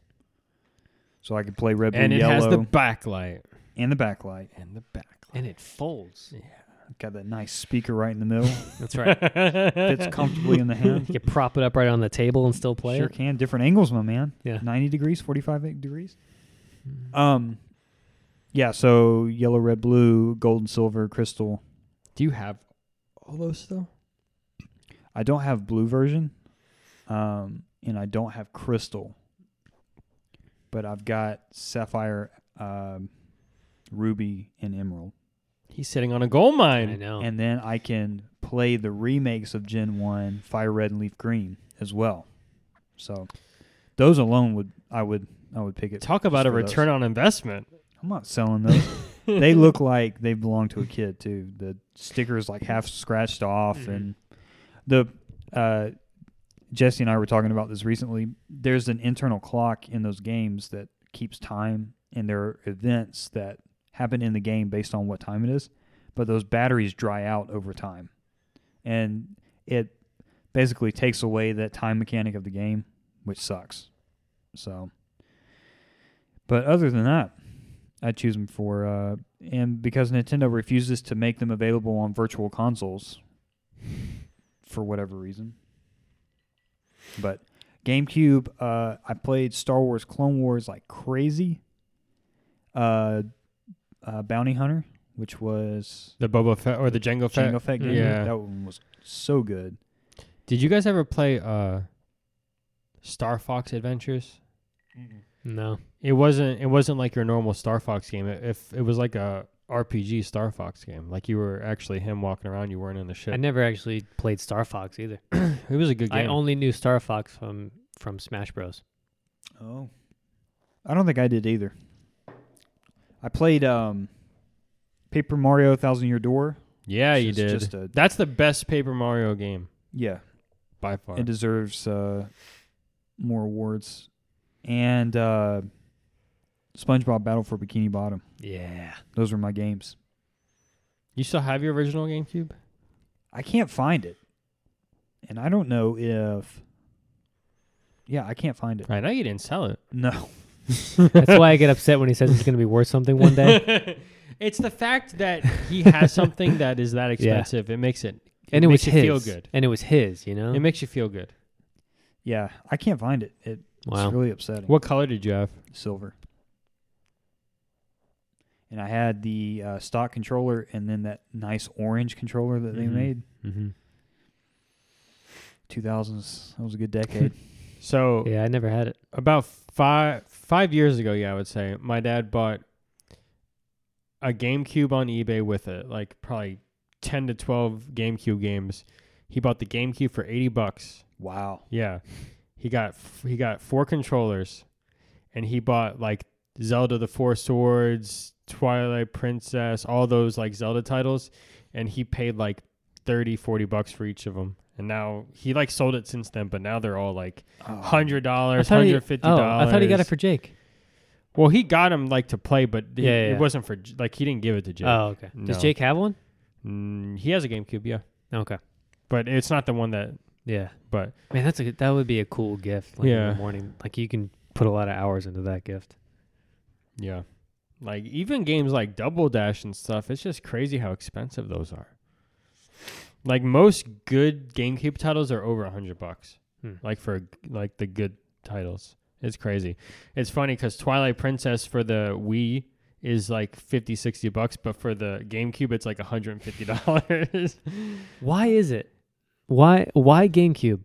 C: So I can play Red, Blue,
A: And it
C: Yellow,
A: has the backlight
C: and the backlight.
A: and the backlight.
B: And it folds.
C: Got that nice speaker right in the middle.
B: That's right.
C: Fits comfortably in the hand.
B: you can prop it up right on the table and still play
C: sure
B: it.
C: can. Different angles, my man.
B: Yeah.
C: 90 degrees, 45 degrees. Um, yeah, so yellow, red, blue, gold and silver, crystal.
A: Do you have all those still?
C: I don't have blue version, um, and I don't have crystal, but I've got sapphire, um, ruby, and emerald.
A: He's sitting on a gold
B: I
A: mine.
B: know.
C: And then I can play the remakes of Gen One, Fire Red and Leaf Green as well. So those alone would I would I would pick it.
A: Talk about
C: just
A: a
C: for those.
A: return on investment.
C: I'm not selling those. they look like they belong to a kid too. The sticker is like half scratched off, and the uh, Jesse and I were talking about this recently. There's an internal clock in those games that keeps time, and there are events that happen in the game based on what time it is. But those batteries dry out over time, and it basically takes away that time mechanic of the game, which sucks. So, but other than that, I choose them for, uh, and because Nintendo refuses to make them available on virtual consoles for whatever reason. But GameCube, uh, I played Star Wars Clone Wars like crazy. Uh, uh, Bounty Hunter, which was
A: The Boba Fett or the Django Fett.
C: Jango Fett game,
A: Yeah.
C: that one was so good.
A: Did you guys ever play uh, Star Fox Adventures?
B: no.
A: It wasn't. It wasn't like your normal Star Fox game. It, if it was like a RPG Star Fox game, like you were actually him walking around. You weren't in the
B: I
A: ship.
B: never actually played Star Fox either.
A: It was a good
B: I
A: game.
B: only knew Star Fox from from Smash Bros.
C: Oh, I don't think I did either. I played um, Paper Mario Thousand Year Door.
A: yeah,
C: It's
A: you
C: just-
A: did.
C: just a-
A: That's the best Paper Mario game
C: Yeah,
A: by far.
C: It deserves uh, more awards. And uh, SpongeBob Battle for Bikini Bottom.
B: Yeah.
C: Those were my games.
A: you still have your original GameCube?
C: I can't find it. And I don't know if. Yeah, I can't find it.
A: I know you didn't sell it.
C: No.
B: That's why I get upset when he says it's going to be worth something one day.
A: it's the fact that he has something that is that
B: Yeah.
A: expensive. It makes it.
B: And it, was
A: makes
B: his.
A: you feel good.
B: And it was his, you know?
A: It makes you feel good.
C: Yeah, I can't find it. it
B: wow.
C: It's really upsetting.
A: What color did you have?
C: Silver. And I had the uh, stock controller and then that nice orange controller that they
A: Mhm.
C: made.
A: Mm-hmm.
C: 2000s. That was a good decade.
A: So
B: yeah, I never had it.
A: about five five years ago, yeah, I would say my dad bought a GameCube on eBay with it, like probably ten to twelve GameCube games. He bought the GameCube for eighty bucks.
C: Wow.
A: Yeah, he got f- he got four controllers, and he bought like Zelda: The Four Swords, Twilight Princess, all those like Zelda titles, and he paid like 30, 40 bucks for each of them. And now he like sold it since then, but now they're all like
C: Oh. Um,
A: hundred dollars, hundred fifty
B: oh,
A: dollars.
B: I thought he got it for Jake.
A: Well, he got him like to play, but he-
B: Yeah, yeah, yeah.
A: it wasn't for J- like he didn't give it to Jake.
B: Oh, okay. Does
A: No.
B: Jake have one?
A: Mm, he has a GameCube, yeah,
B: Okay.
A: but it's not the one that.
B: Yeah.
A: But
B: Man, that's a good- that would be a cool gift. Like In
A: Yeah.
B: the morning, like you can put a lot of hours into that gift.
A: yeah, like even games like Double Dash and stuff, it's just crazy how expensive those are. Like most good GameCube titles are over a hundred bucks.
B: Hmm.
A: Like for like the good titles, it's crazy. It's funny because Twilight Princess for the Wii is like 50 60 bucks but for the gamecube it's like 150 dollars
B: Why is it? Why why GameCube?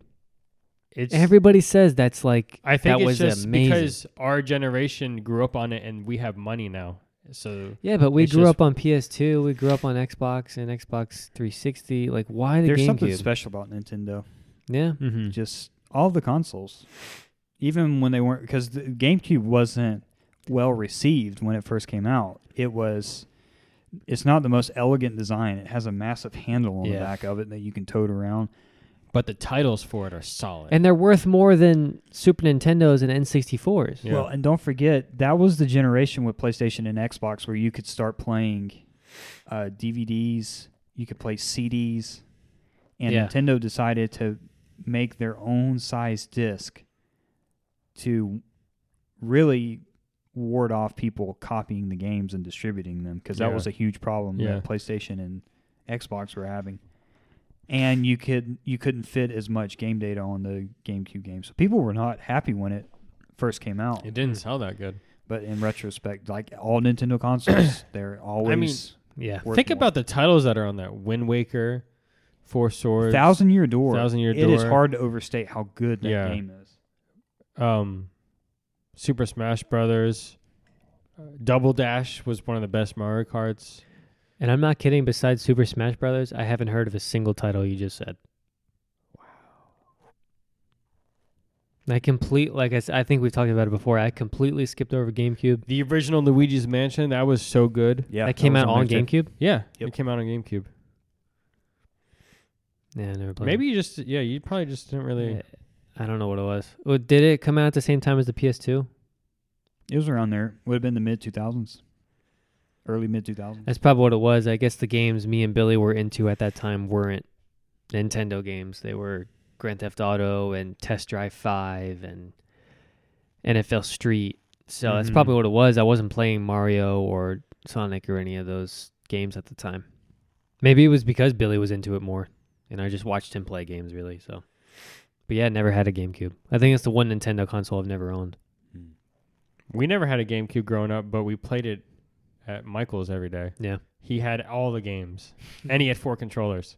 A: it's
B: Everybody says that's like
A: I think
B: that
A: it's
B: was
A: just
B: amazing.
A: because our generation grew up on it and we have money now. So
B: yeah, but we
A: it's
B: grew
A: just-
B: up on PS2, we grew up on Xbox and Xbox 360. Like why the
C: There's something
B: GameCube?
C: special about Nintendo.
B: yeah.
C: Just all the consoles, even when they weren't, because the GameCube wasn't well received when it first came out. It was. It's not the most elegant design. It has a massive handle on the
B: Yeah.
C: back of it that you can tote around.
A: but the titles for it are solid.
B: And they're worth more than Super Nintendos and N64s.
A: Yeah.
C: Well, and don't forget that was the generation with PlayStation and Xbox where you could start playing uh, DVDs, you could play CDs, and
B: Yeah.
C: Nintendo decided to make their own size disc to really ward off people copying the games and distributing them because that
A: Yeah.
C: was a huge problem
A: Yeah.
C: that PlayStation and Xbox were having. And you could you couldn't fit as much game data on the GameCube game, so people were not happy when it first came out.
A: it didn't sell that good.
C: But in retrospect, like all Nintendo consoles, they're always
B: Yeah.
C: worth
A: Think
C: more.
A: about the titles that are on that Wind Waker, Four Swords,
C: Thousand Year Door.
A: Thousand Year
C: It is
A: Door.
C: hard to overstate how good that
A: Yeah.
C: game is.
A: um, Super Smash Brothers. uh, Double Dash was one of the best Mario Karts.
B: And I'm not kidding, besides Super Smash Brothers, I haven't heard of a single title you just said. Wow. I complete like I, s- I think we've talked about it before. I completely skipped over GameCube.
A: The original Luigi's Mansion that was so good.
C: Yeah,
B: that came
A: was
B: out on
A: amazing.
B: GameCube.
A: Yeah,
C: Yep.
A: it came out on GameCube.
B: Yeah, I never played. it.
A: Maybe you just yeah, you probably just didn't really.
B: Yeah, I don't know what it was. Well, did it come out at the same time as the PS2?
C: It was around there. Would have been the mid two thousands, early mid two thousands.
B: That's probably what it was. I guess the games me and Billy were into at that time weren't Nintendo games. They were Grand Theft Auto and Test Drive 5 and NFL Street. So that's
A: Mhm.
B: probably what it was. I wasn't playing Mario or Sonic or any of those games at the time. Maybe it was because Billy was into it more and I just watched him play games really, so. But yeah, never had a GameCube. I think it's the one Nintendo console I've never owned.
A: We never had a GameCube growing up, but we played it at Michael's every day.
B: Yeah.
A: He had all the games, and he had four controllers.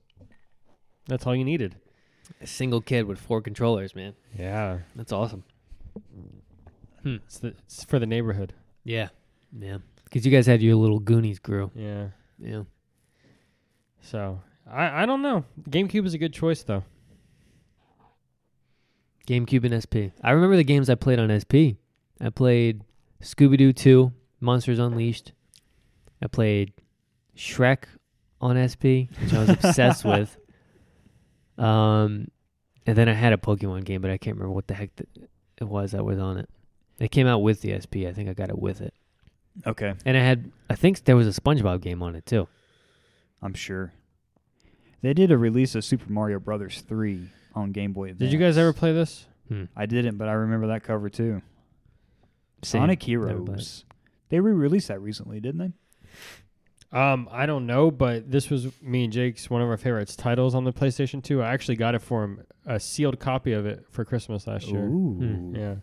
A: That's all you needed.
B: A single kid with four controllers, man.
A: Yeah,
B: That's awesome.
A: it's, the, it's for the neighborhood.
B: Yeah. Yeah. Because you guys had your little Goonies grew.
A: Yeah.
B: Yeah.
A: So I I don't know. GameCube is a good choice though.
B: GameCube and SP. I remember the games I played on SP. I played Scooby Doo 2, Monsters Unleashed. I played Shrek on SP, which I was obsessed with. Um, and then I had a Pokemon game, but I can't remember what the heck th- it was that was on it. It came out with the SP. I think I got it with it.
C: Okay,
B: And I had, I think there was a SpongeBob game on it too.
C: I'm sure. They did a release of Super Mario Brothers three on Game Boy. Advance.
A: Did you guys ever play this?
B: Hmm.
C: I didn't, but I remember that cover too.
B: Same.
C: Sonic
B: played it.
C: Heroes. They re-released that recently, didn't they?
A: Um, I don't know, but this was me and Jake's one of our favorites titles on the PlayStation 2. I actually got it for him, a sealed copy of it for Christmas last year.
C: Ooh.
A: Hmm, Yeah.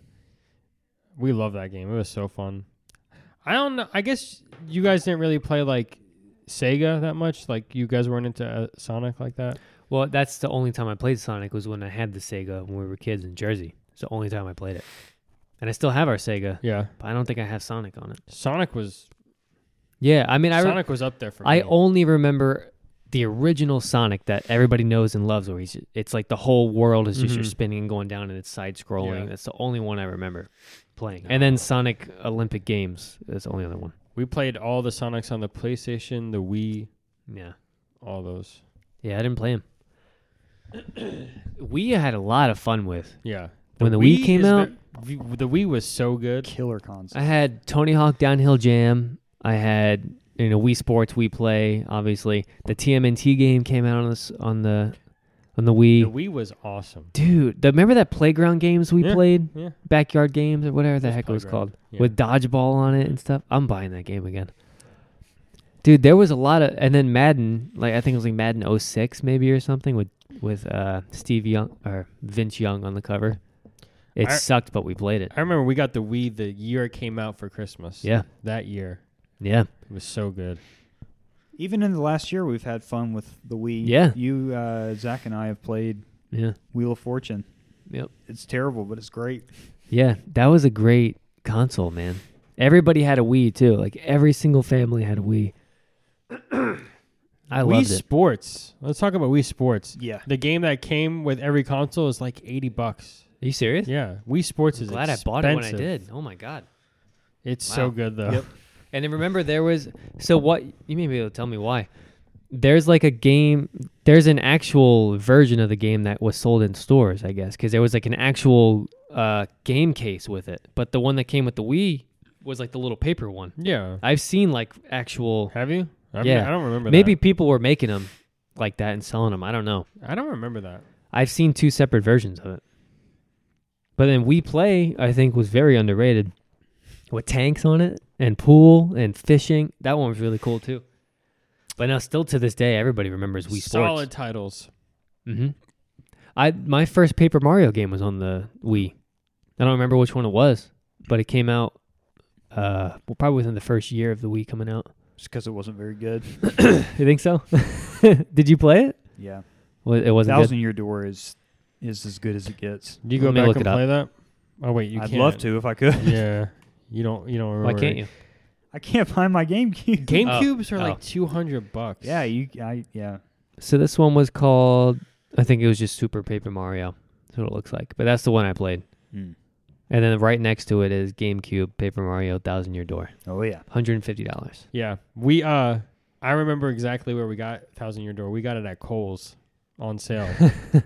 A: We love that game. It was so fun. I don't know. I guess you guys didn't really play like Sega that much. Like you guys weren't into uh, Sonic like that.
B: Well, that's the only time I played Sonic was when I had the Sega when we were kids in Jersey. It's the only time I played it. And I still have our Sega,
A: Yeah.
B: but I don't think I have Sonic on it.
A: Sonic was
B: Yeah, I mean, I re-
A: Sonic was up there for
B: I
A: me.
B: only remember the original Sonic that everybody knows and loves, where he's it's like the whole world is just you're
A: Mhm.
B: spinning and going down and it's side scrolling.
A: Yeah.
B: That's the only one I remember playing. And then Sonic Olympic Games is the only other one.
A: we played all the Sonics on the PlayStation, the Wii,
B: Yeah,
A: all those.
B: yeah, I didn't play him. we had a lot of fun with.
A: Yeah.
B: When the Wii came
A: is
B: out-
A: ve- v- the Wii was so good.
C: Killer console.
B: I had Tony Hawk Downhill Jam. I had you know Wii Sports, Wii Play. Obviously, the TMNT game came out on this on the on the Wii.
A: The Wii was awesome.
B: Dude, the, remember that playground games we
A: Yeah.
B: played,
A: Yeah.
B: backyard games or whatever the
A: Just
B: heck it was
A: playground.
B: called,
A: Yeah.
B: with dodgeball on it and stuff. I'm buying that game again. Dude, there was a lot of, and then Madden, like I think it was like Madden 06 maybe or something with with uh, Steve Young or Vince Young on the cover. It
A: I-
B: sucked, but we played it.
A: I remember we got the Wii the year it came out for Christmas.
B: Yeah,
A: That year.
B: yeah,
A: It was so good.
C: Even in the last year, we've had fun with the Wii.
B: Yeah.
C: You, uh, Zach, and I have played
B: yeah,
C: Wheel of Fortune.
B: Yep.
C: It's terrible, but it's great.
B: yeah. That was a great console, man. Everybody had a Wii too. Like every single family had a Wii. I
A: Wii
B: loved it.
A: Sports. Let's talk about Wii Sports.
C: Yeah.
A: The game that came with every console is like 80 bucks.
B: Are you serious?
A: Yeah. Wii Sports
B: I'm
A: is
B: glad
A: expensive.
B: I bought it when I did. Oh my god!
A: It's
B: Wow.
A: so good though.
C: Yep.
B: And then remember, there was so what you may be able to tell me why. There's like a game. There's an actual version of the game that was sold in stores, I guess, because there was like an actual uh, game case with it. But the one that came with the Wii was like the little paper one.
A: Yeah.
B: I've seen like actual.
A: Have you? I
B: Yeah.
A: I don't remember
B: Maybe
A: that.
B: people were making them like that and selling them. I don't know.
A: I don't remember that.
B: I've seen two separate versions of it. But then We Play, I think, was very underrated with tanks on it and pool and fishing. That one was really cool too. But now, still to this day, everybody remembers Wii
A: Solid titles.
B: Sports. hmm I my first Paper Mario game was on the Wii. I don't remember which one it was, but it came out uh, well, probably within the first year of the Wii coming out.
C: Just because it wasn't very good.
B: You think so? Did you play it?
C: Yeah.
B: Well, it wasn't.
C: Thousand Year Door is is as good as it gets.
A: Do you go
B: Let me
A: back
B: look
A: and
B: it up.
A: play that? Oh wait, you
C: I'd
A: can't.
C: love to if I could.
A: Yeah. You don't you don't
B: good.
A: remember.
B: Why can't you?
C: I can't find my GameCube.
A: GameCubes are
B: oh.
A: like 200 bucks.
C: yeah, you. I yeah.
B: So this one was called, I think it was just Super Paper Mario. That's what it looks like. But that's the one I played.
C: Hmm.
B: And then right next to it is GameCube Paper Mario Thousand Year Door,
C: Oh yeah.
B: hundred and fifty dollars.
A: Yeah. We uh I remember exactly where we got Thousand Year Door. We got it at Kohl's on sale when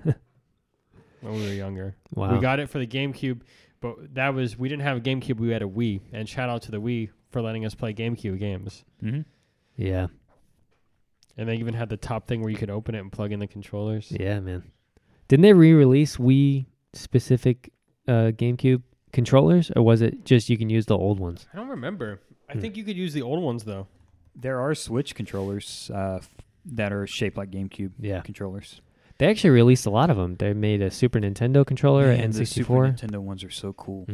A: we were younger.
B: Wow.
A: We got it for the GameCube, but that was we didn't have a GameCube, we had a Wii. And shout out to the Wii for letting us play GameCube games.
C: Mm-hmm.
B: yeah,
A: And they even had the top thing where you could open it and plug in the controllers.
B: yeah, man. Didn't they re-release Wii specific uh, GameCube controllers, or was it just you can use the old ones?
A: I don't remember. I
B: Hmm.
A: think you could use the old ones though.
C: There are Switch controllers uh, f- that are shaped like GameCube
B: Yeah,
C: controllers.
B: they actually released a lot of them. They made a Super Nintendo controller,
C: Man,
B: N
C: the
B: sixty
C: Super
B: four. Mm-hmm.
C: Nintendo ones are so cool.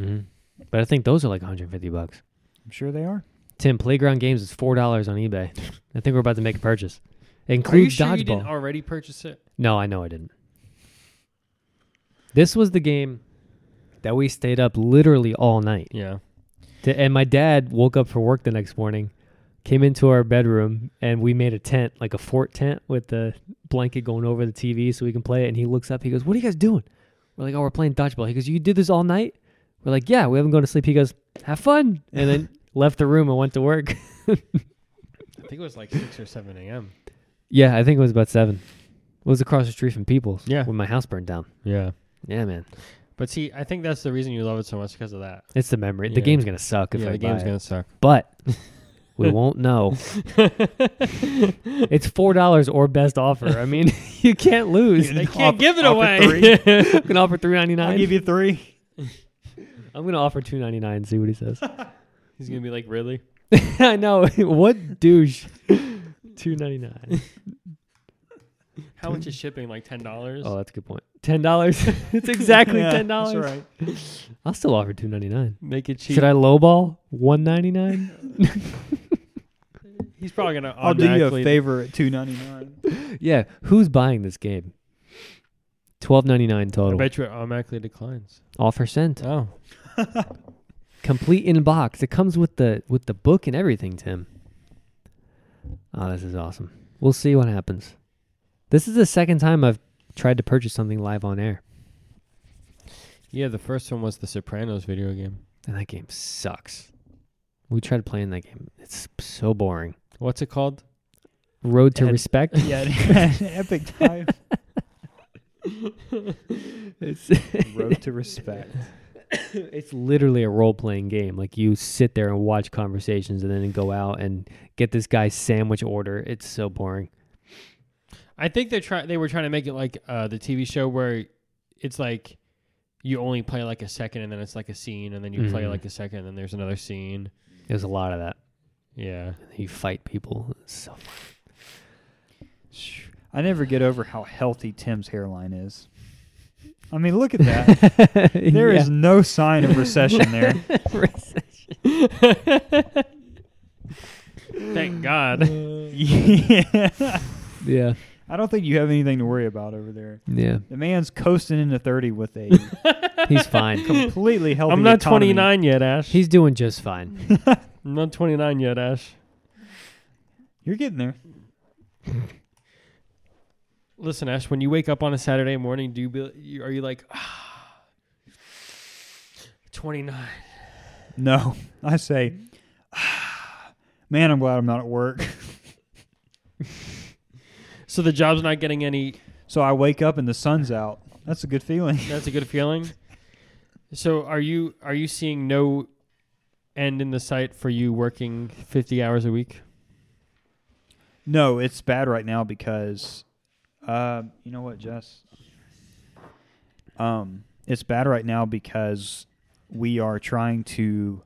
B: But I think those are like one hundred fifty bucks.
C: I'm sure they are.
B: Tim, Playground Games is four dollars on eBay. I think we're about to make a purchase. It includes
A: Are you sure you
B: dodgeball.
A: didn't already purchase it?
B: no, I know I didn't. This was the game that we stayed up literally all night,
A: Yeah.
B: to, and my dad woke up for work the next morning, came into our bedroom, and we made a tent, like a fort tent, with the blanket going over the TV so we can play it. And he looks up, he goes, "What are you guys doing?" We're like, "Oh, we're playing dodgeball." He goes, "You did this all night?" We're like, "Yeah, we haven't gone to sleep." He goes, "Have fun," and then left the room and went to work.
A: I think it was like six or seven AM.
B: Yeah, I think it was about seven. It was across the street from People's.
A: Yeah.
B: When my house burned down.
A: Yeah.
B: Yeah, man.
A: But see, I think that's the reason you love it so much because of that.
B: It's the memory. The
A: Yeah.
B: game's gonna suck if
A: yeah,
B: I
A: the
B: buy
A: game's
B: it.
A: gonna suck.
B: But we won't know. it's four dollars or best offer. I mean, you can't lose.
A: They
C: They
A: can't
C: off-
A: give it
C: offer
A: away.
B: I'm gonna offer three ninety
C: I'll give
B: nine.
C: you three.
B: I'm gonna offer two ninety nine. See what he says.
A: He's gonna be like, really?
B: I know. what douche? Two ninety nine.
A: How much is shipping? Like ten dollars?
B: Oh, that's a good point. Ten dollars. it's exactly
C: Yeah,
B: ten dollars.
C: That's right.
B: I'll still offer two ninety nine.
A: Make it cheap.
B: Should I lowball one ninety nine?
A: He's probably gonna.
C: I'll do you
A: automatically-
C: a favor at two ninety nine.
B: Yeah, who's buying this game? Twelve ninety nine
A: I
B: total.
A: bet you it automatically declines.
B: Offer sent.
A: Oh,
B: Complete in box. It comes with the with the book and everything, Tim. Oh, this is awesome. We'll see what happens. This is the second time I've tried to purchase something live on air,
A: Yeah, the first one was the Sopranos video game.
B: and that game sucks. We tried playing that game. It's so boring.
A: What's it called?
B: Road to
C: Ed-
B: Respect.
C: yeah, it had an epic time.
B: it's
C: Road to respect.
B: it's literally a role playing game. Like you sit there and watch conversations, and then go out and get this guy's sandwich order. It's so boring.
A: I think they try. They were trying to make it like uh, the TV show where it's like you only play like a second, and then it's like a scene, and then you play
C: Mm-hmm.
B: Mhm.
A: like a second, and then there's another scene.
B: There's a lot of that.
A: Yeah,
B: You fight people. It's so fun.
C: I never get over how healthy Tim's hairline is. I mean, look at that. There is no sign of recession there.
A: thank God.
C: yeah.
B: yeah.
C: I don't think you have anything to worry about over there.
B: Yeah.
C: The man's coasting into 30 with a
B: He's fine.
C: completely healthy
A: I'm not
C: economy.
A: 29 yet, Ash.
B: He's doing just fine.
A: I'm not 29 yet, Ash.
C: You're getting there.
A: Listen, Ash, when you wake up on a Saturday morning, do you, be, you are you like ah, 29?
C: No, I say, "Ah, man, I'm glad I'm not at work.
A: So the job's not getting any.
C: So I wake up and the sun's out. That's a good feeling.
A: That's a good feeling. So are you are you seeing no end in the sight for you working 50 hours a week?
C: No, it's bad right now because, uh, you know what, Jess? Um, it's bad right now because we are trying to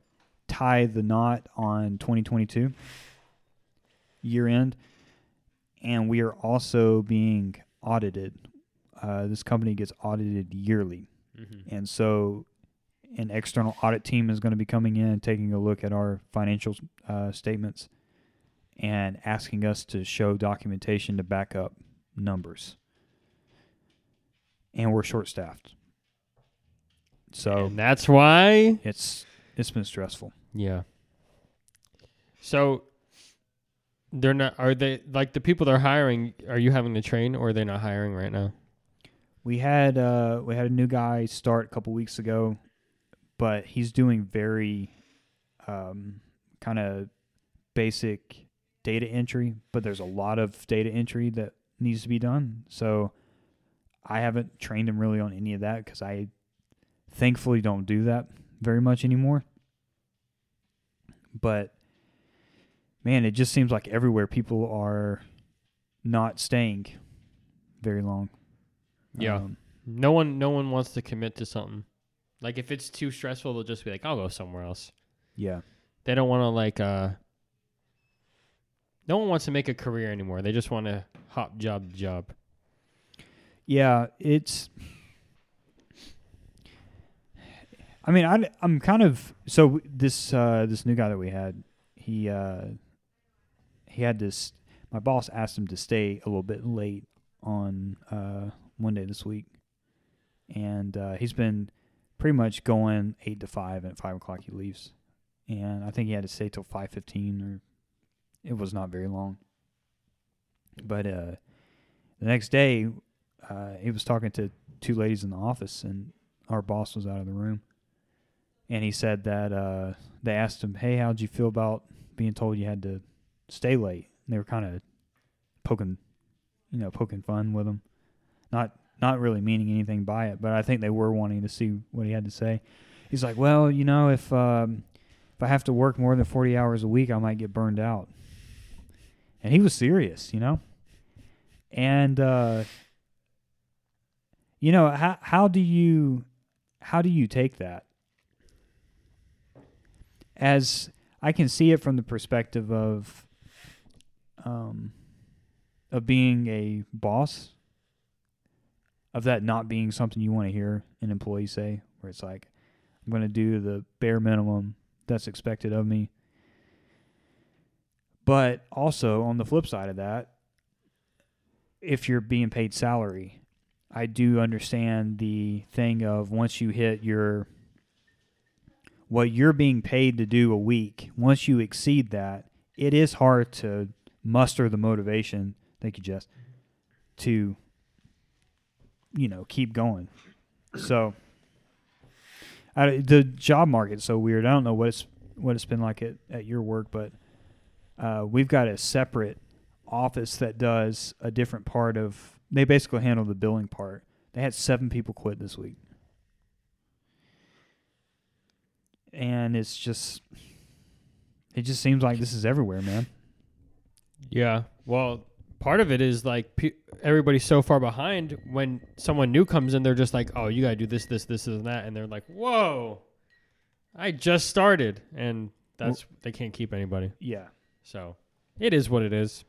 C: tie the knot on 2022 year end, and we are also being audited. Uh, this company gets audited yearly,
A: Mm-hmm.
C: and so an external audit team is going to be coming in and taking a look at our financial uh, statements and asking us to show documentation to back up numbers. And we're short staffed. So
A: And that's why.
C: it's it's been stressful.
A: Yeah. So they're not are they like the people they're hiring are you having to train or are they not hiring right now?
C: We had uh we had a new guy start a couple weeks ago, but he's doing very um kind of basic data entry, but there's a lot of data entry that needs to be done. So I haven't trained him really on any of that cuz I thankfully don't do that very much anymore. But man, it just seems like everywhere people are not staying very long.
A: Yeah.
C: Um,
A: No one no one wants to commit to something. Like if it's too stressful, they'll just be like, I'll go somewhere else.
C: yeah.
A: they don't want to like uh no one wants to make a career anymore they just want to hop job to job
C: Yeah, it's. I mean, I I'm kind of so this uh, this new guy that we had, he uh, he had this. My boss asked him to stay a little bit late on uh, one day this week, and uh, he's been pretty much going eight to five, and at five o'clock he leaves, and I think he had to stay till five fifteen, or it was not very long. But uh, the next day, uh, he was talking to two ladies in the office, and our boss was out of the room. And he said that uh, they asked him, "Hey, how'd you feel about being told you had to stay late?" And they were kind of poking, you know, poking fun with him, not not really meaning anything by it, but I think they were wanting to see what he had to say. He's like, "Well, you know, if um, if I have to work more than forty hours a week, I might get burned out." And he was serious, you know. And uh, you know how how do you how do you take that as i can see it from the perspective of um of being a boss of that not being something you want to hear an employee say where it's like i'm going to do the bare minimum that's expected of me but also on the flip side of that if you're being paid salary I do understand the thing of once you hit your what you're being paid to do a week, once you exceed that, it is hard to muster the motivation. Thank you, Jess. To you know keep going. So I, the job market's so weird. I don't know what it's what it's been like at, at your work, but uh, we've got a separate office that does a different part of. They basically handle the billing part. They had seven people quit this week, and it's just it just seems like this is everywhere, man.
A: Yeah. Well, part of it is like pe- everybody's so far behind. When someone new comes in, they're just like, "Oh, you gotta do this, this, this, and that," and they're like, "Whoa, I just started," and that's they can't keep anybody.
C: Yeah,
A: So it is what it is.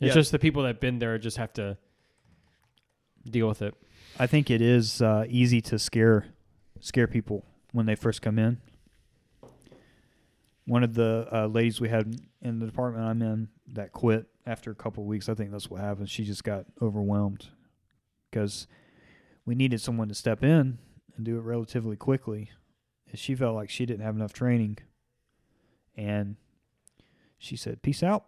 A: It's
C: Yeah.
A: just the people that've been there just have to deal with it.
C: I think it is uh, easy to scare scare people when they first come in. One of the uh, ladies we had in the department I'm in that quit after a couple of weeks, I think that's what happened. She just got overwhelmed because we needed someone to step in and do it relatively quickly. And she felt like she didn't have enough training, and she said, "Peace out,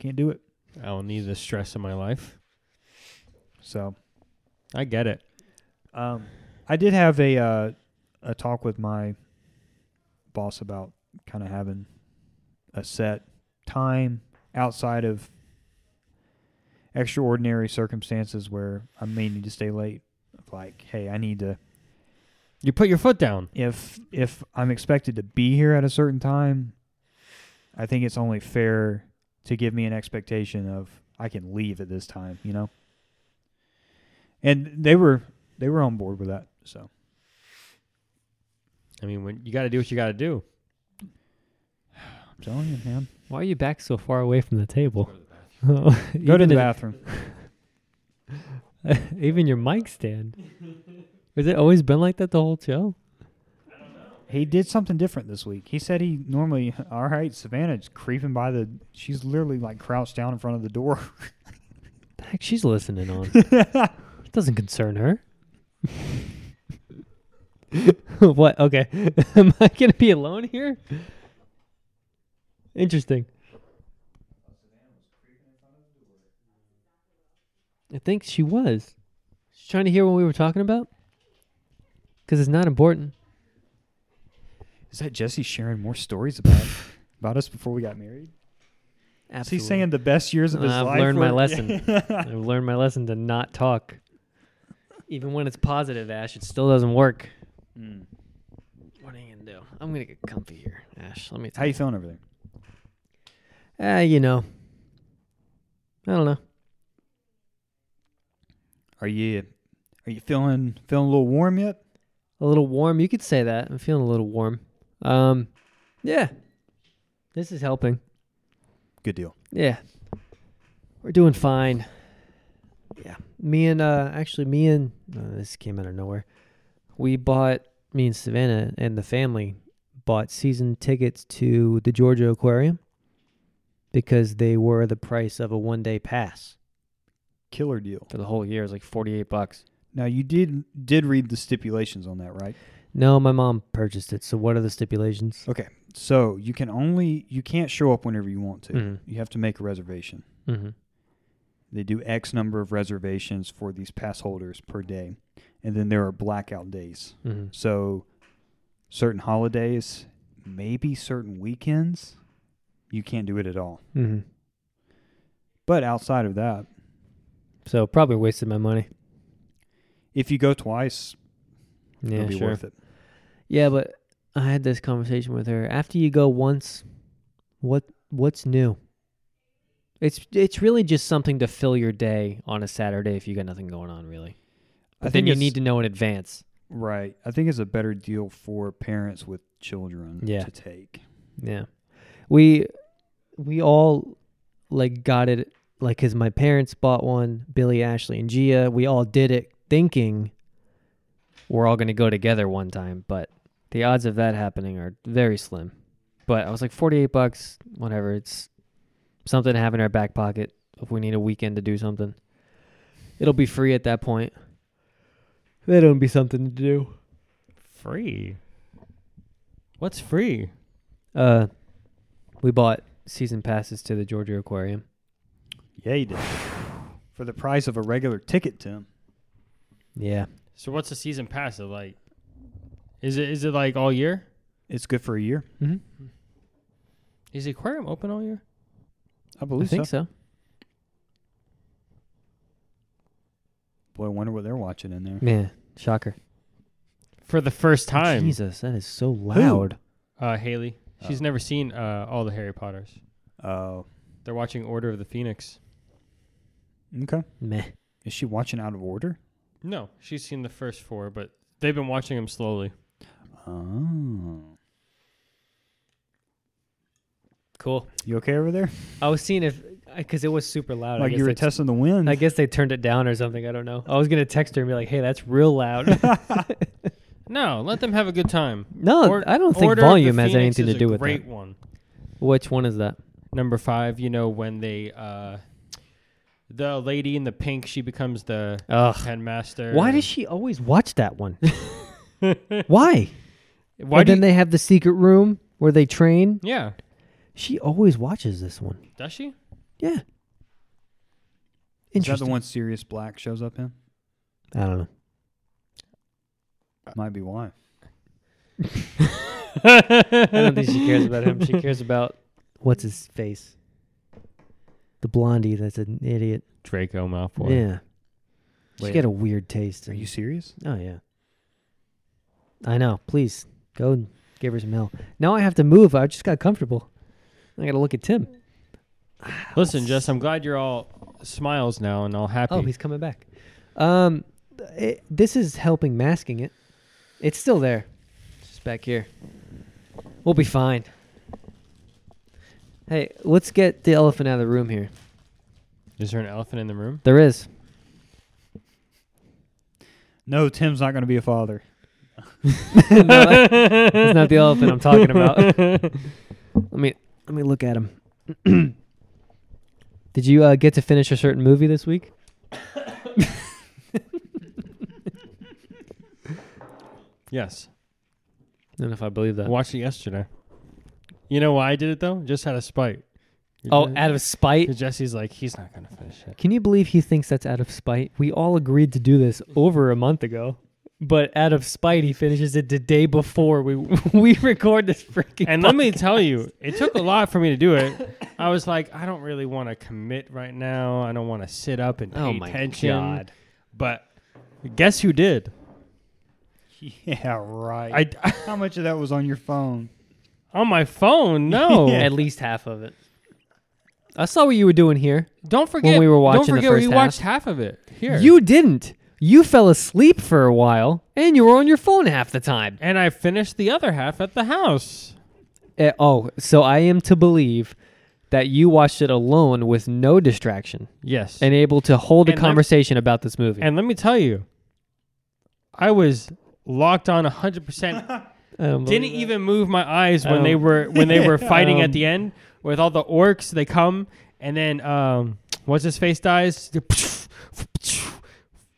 C: can't do it."
A: I don't need the stress in my life.
C: So
A: I get it.
C: Um, I did have a uh, a talk with my boss about kind of having a set time outside of extraordinary circumstances where I may need to stay late. Like, hey, I need to
A: You put your foot down.
C: if if I'm expected to be here at a certain time, I think it's only fair to give me an expectation of I can leave at this time, you know. And they were they were on board with that, so.
A: I mean, when you got to do what you got to do.
C: I'm telling you, man.
B: Why are you back so far away from the table?
C: Go to
B: Even
C: the
B: in-
C: bathroom.
B: Even your mic stand. Has it always been like that the whole show?
C: He did something different this week. He said he normally, all right, Savannah's creeping by the. She's literally like crouched down in front of the door.
B: The heck she's listening on. it doesn't concern her. what? Okay. Am I gonna be alone here? Interesting. I think she was. She's trying to hear what we were talking about. Because it's not important.
C: Is that Jesse sharing more stories about about us before we got married? Is he saying the best years of his
B: I've
C: life?
B: learned my
C: were-
B: lesson. I've learned my lesson to not talk. Even when it's positive, Ash, it still doesn't work.
C: Mm.
B: What are you gonna do? I'm gonna get comfy here, Ash. Let me.
C: How you feeling over there?
B: Ah, you know. I don't know.
C: Are you are you feeling feeling a little warm yet?
B: A little warm. You could say that. I'm feeling a little warm. Um, yeah. This is helping.
C: Good deal.
B: Yeah. We're doing fine. Yeah. Me and uh actually me and uh, this came out of nowhere. We bought me and Savannah and the family bought season tickets to the Georgia Aquarium because they were the price of a one-day pass
C: Killer deal.
B: for the whole year. It was like 48 bucks.
C: Now you did did read the stipulations on that, right?
B: No, my mom purchased it. So what are the stipulations?
C: Okay. So you can only you can't show up whenever you want to.
B: Mhm.
C: You have to make a reservation.
B: Mhm.
C: They do X number of reservations for these pass holders per day. And then there are blackout days.
B: Mhm.
C: So certain holidays, maybe certain weekends, you can't do it at all.
B: Mhm.
C: But outside of that,
B: So probably wasted my money.
C: if you go twice,
B: Yeah,
C: it'll be
B: sure.
C: worth it.
B: Yeah, but I had this conversation with her. After you go once, what what's new? It's it's really just something to fill your day on a Saturday if you got nothing going on really.
C: I
B: then
C: think
B: you
C: it's-
B: need to know in advance.
C: Right. I think it's a better deal for parents with children
B: Yeah.
C: to take.
B: Yeah. We we all like got it like cuz my parents bought one, Billy, Ashley, and Gia. We all did it thinking we're all going to go together one time, but the odds of that happening are very slim. But I was like 48 bucks, whatever. It's something to have in our back pocket if we need a weekend to do something. It'll be free at that point. That'll be something to do.
A: Free. What's free?
B: Uh, we bought season passes to the Georgia Aquarium.
C: Yeah, you did. For the price of a regular ticket, Tim.
B: Yeah.
A: So what's the season pass of like? Is it is it like all year?
C: It's good for a year.
B: Mm-hmm.
A: Is the aquarium open all year?
B: I
C: I believe
B: think so.
C: Boy, I wonder what they're watching in there.
B: Man, shocker.
A: For the first time,
B: Jesus, that is so loud.
A: uh, Haley. She's
C: Oh.
A: never seen uh, all the Harry Potters.
C: Oh,
A: They're watching Order of the Phoenix.
C: okay.
B: Meh.
C: Is she watching out of order?
A: No, she's seen the first four, but they've been watching them slowly.
C: Oh,
B: Cool.
C: you okay over there?
B: I was seeing if because it was super loud. I
C: like
B: guess
C: you were
B: they-
C: testing the wind.
B: I guess they turned it down or something. I don't know. I was gonna text her and be like, "Hey, that's real loud."
A: No, let them have a good time.
B: no,
A: Or-
B: I don't think
A: Order of the
B: volume has
A: Phoenix
B: anything
A: is
B: to do
A: a
B: with
A: great
B: that.
A: one.
B: Which one is that?
A: Number five, you know when they, uh, the lady in the pink, she becomes the
B: Ugh.
A: headmaster.
B: Why does she always watch that one? Why?
A: Why
B: or
A: do
B: then they have the secret room where they train.
A: Yeah,
B: She always watches this one.
A: does she?
B: Yeah.
C: Is that the
B: Interesting.
C: one Sirius Black shows up in?
B: I don't know.
C: Might be why.
B: I don't think she cares about him. She cares about what's his face. The blondie that's an idiot.
A: Draco Malfoy.
B: Yeah. She's
C: Wait.
B: got a weird taste.
C: Are
B: in-
C: you serious?
B: Oh yeah. I know. Please go and give her some help. Now I have to move. I just got comfortable. I got to look at Tim.
A: Listen, Jess, I'm glad you're all smiles now and all happy.
B: Oh, he's coming back. Um, it, this is helping masking it. It's still there. It's just back here. We'll be fine. Hey, let's get the elephant out of the room here.
A: Is there an elephant in the room?
B: There is.
C: No, Tim's not going to be a father.
B: no, that- that's not the elephant I'm talking about. let me let me look at him. Did you uh, get to finish a certain movie this week?
A: Yes.
B: I don't know if I believe that.
A: Watched it yesterday. You know why I did it though? Just out of spite.
B: Oh, out of spite.
A: Because Jesse's like, he's not gonna finish it.
B: Can you believe he thinks that's out of spite? We all agreed to do this over a month ago, but out of spite, he finishes it the day before we we record this freaking.
A: And let me tell you, it took a lot for me to do it. I was like, I don't really want to commit right now. I don't want to sit up and pay
B: Oh my
A: attention.
B: God.
A: But guess who did?
C: Yeah, right.
A: I
C: How much of that was on your phone?
A: on my phone. No,
B: at least half of it. I saw what you were doing here.
A: don't forget.
B: we were watching the
A: don't forget
B: first
A: we
B: half.
A: watched half of it here.
B: You didn't. You fell asleep for a while, and you were on your phone half the time.
A: and I finished the other half at the house.
B: Eh, oh, so I am to believe that you watched it alone with no distraction
A: Yes,
B: and able to hold a
A: And let-
B: conversation about this movie.
A: And let me tell you, I was locked on 100%.
B: I don't believe
A: Didn't
B: that.
A: even move my eyes when
B: Um,
A: they were when they were fighting
B: um,
A: at the end with all the orcs. They come and then um, what's his face dies,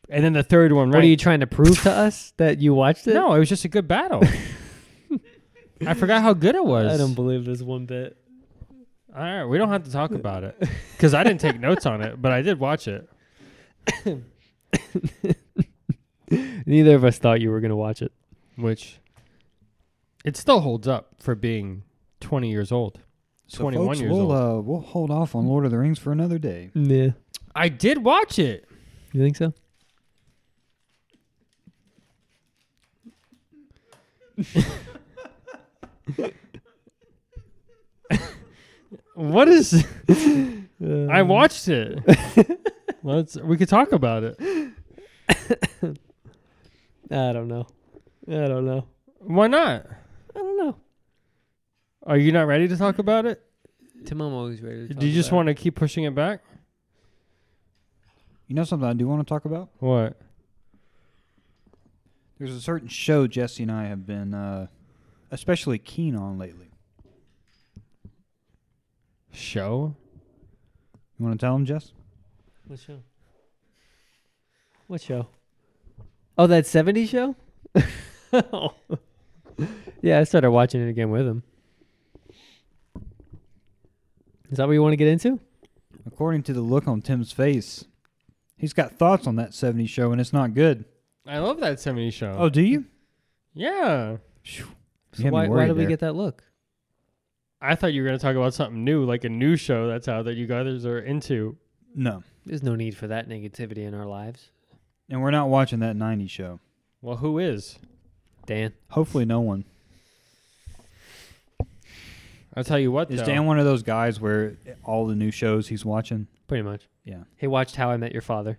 A: and then the third one. Right?
B: What are you trying to prove to us that you watched it?
A: no, it was just a good battle. I forgot how good it was.
B: I don't believe this one bit.
A: all right, we don't have to talk about it because I didn't take notes on it, but I did watch it.
B: Neither of us thought you were going to watch it.
A: which it still holds up for being 20 years old.
C: So
A: 21
C: folks,
A: years old.
C: we'll, Uh, we'll hold off on Lord of the Rings for another day.
B: Yeah.
A: I did watch it.
B: You think so?
A: What is Um,
B: Uh,
A: I watched it. Let's we could talk about it.
B: I don't know. I don't know.
A: Why not?
B: I don't know.
A: Are you not ready to talk about it?
B: Tim, I'm always ready
A: Do you just want to keep pushing it back?
C: You know something I do want to talk about?
A: What?
C: There's a certain show Jesse and I have been uh, especially keen on lately.
A: Show?
C: You want to tell him, Jess?
B: What show? What show? Oh, that 70s show? yeah, I started watching it again with him. Is that what you want to get into?
C: According to the look on Tim's face, he's got thoughts on that 70s show and it's not good.
A: I love that 70s show.
C: Oh, do you?
A: yeah.
C: You had me
B: why, why
C: worried
B: did we
C: there.
B: get that look?
A: I thought you were going to talk about something new, like a new show that's out that you guys are into.
C: No.
B: There's no need for that negativity in our lives.
C: And we're not watching that 90s show.
A: Well, who is?
B: Dan,
C: Hopefully, no one.
A: I'll tell you what,
C: Is
A: though.
C: Dan one of those guys where all the new shows he's watching?
B: pretty much.
C: Yeah.
B: He watched How I Met Your Father.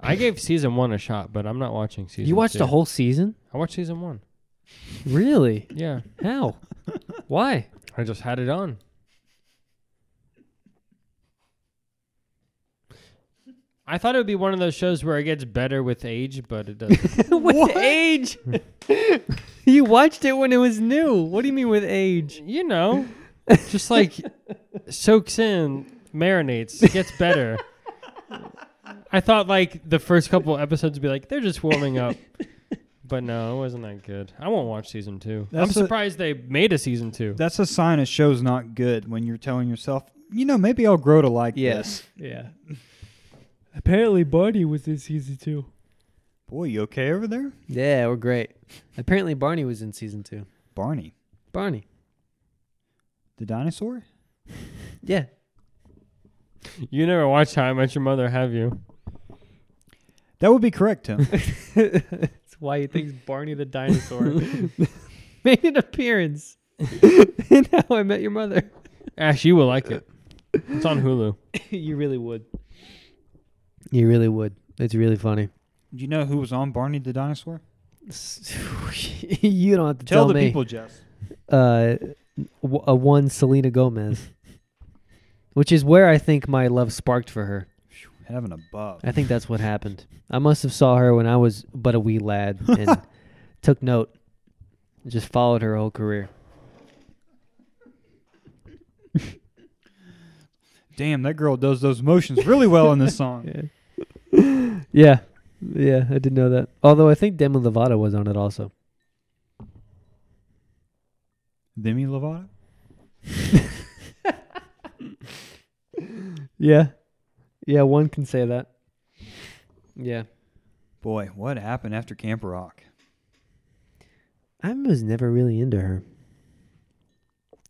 A: I gave season one a shot, but I'm not watching season
B: you watched
A: two.
B: the whole season?
A: I watched season one.
B: Really?
A: Yeah.
B: How? Why?
A: I just had it on. I thought it would be one of those shows where it gets better with age, but it doesn't.
B: with age? you watched it when it was new. What do you mean with age?
A: you know, just like soaks in, marinates, gets better. I thought like the first couple episodes would be like they're just warming up, but no, it wasn't that good. I won't watch season two. I'm
C: That's a-
A: surprised they made a season two.
C: That's a sign a show's not good when you're telling yourself, you know, maybe I'll grow to like this.
B: Yeah. Apparently, Barney was in season two.
C: Boy, you okay over there?
B: Yeah, we're great. Apparently, Barney was in season two.
C: Barney,
B: Barney.
C: the dinosaur?
B: Yeah.
A: You never watched How I Met Your Mother, have you?
C: That would be correct, Tim.
B: That's why he thinks Barney the dinosaur made an appearance in How I Met Your Mother.
A: Ash, you will like it. It's on Hulu.
B: you really would. You really would. It's really funny.
C: Do you know who was on Barney the dinosaur?
B: you don't have to tell,
C: the
B: me.
C: people, Jess.
B: uh, w- a one Selena Gomez, which is where I think my love sparked for her.
C: Heaven above.
B: I think that's what happened. I must have saw her when I was but a wee lad and took note. Just followed her whole career.
C: Damn, that girl does those motions really well in this song.
B: Yeah. yeah. Yeah, I didn't know that. Although I think Demi Lovato was on it also.
C: Demi Lovato?
B: Yeah. Yeah, one can say that. Yeah.
C: Boy, what happened after Camp Rock?
B: I was never really into her.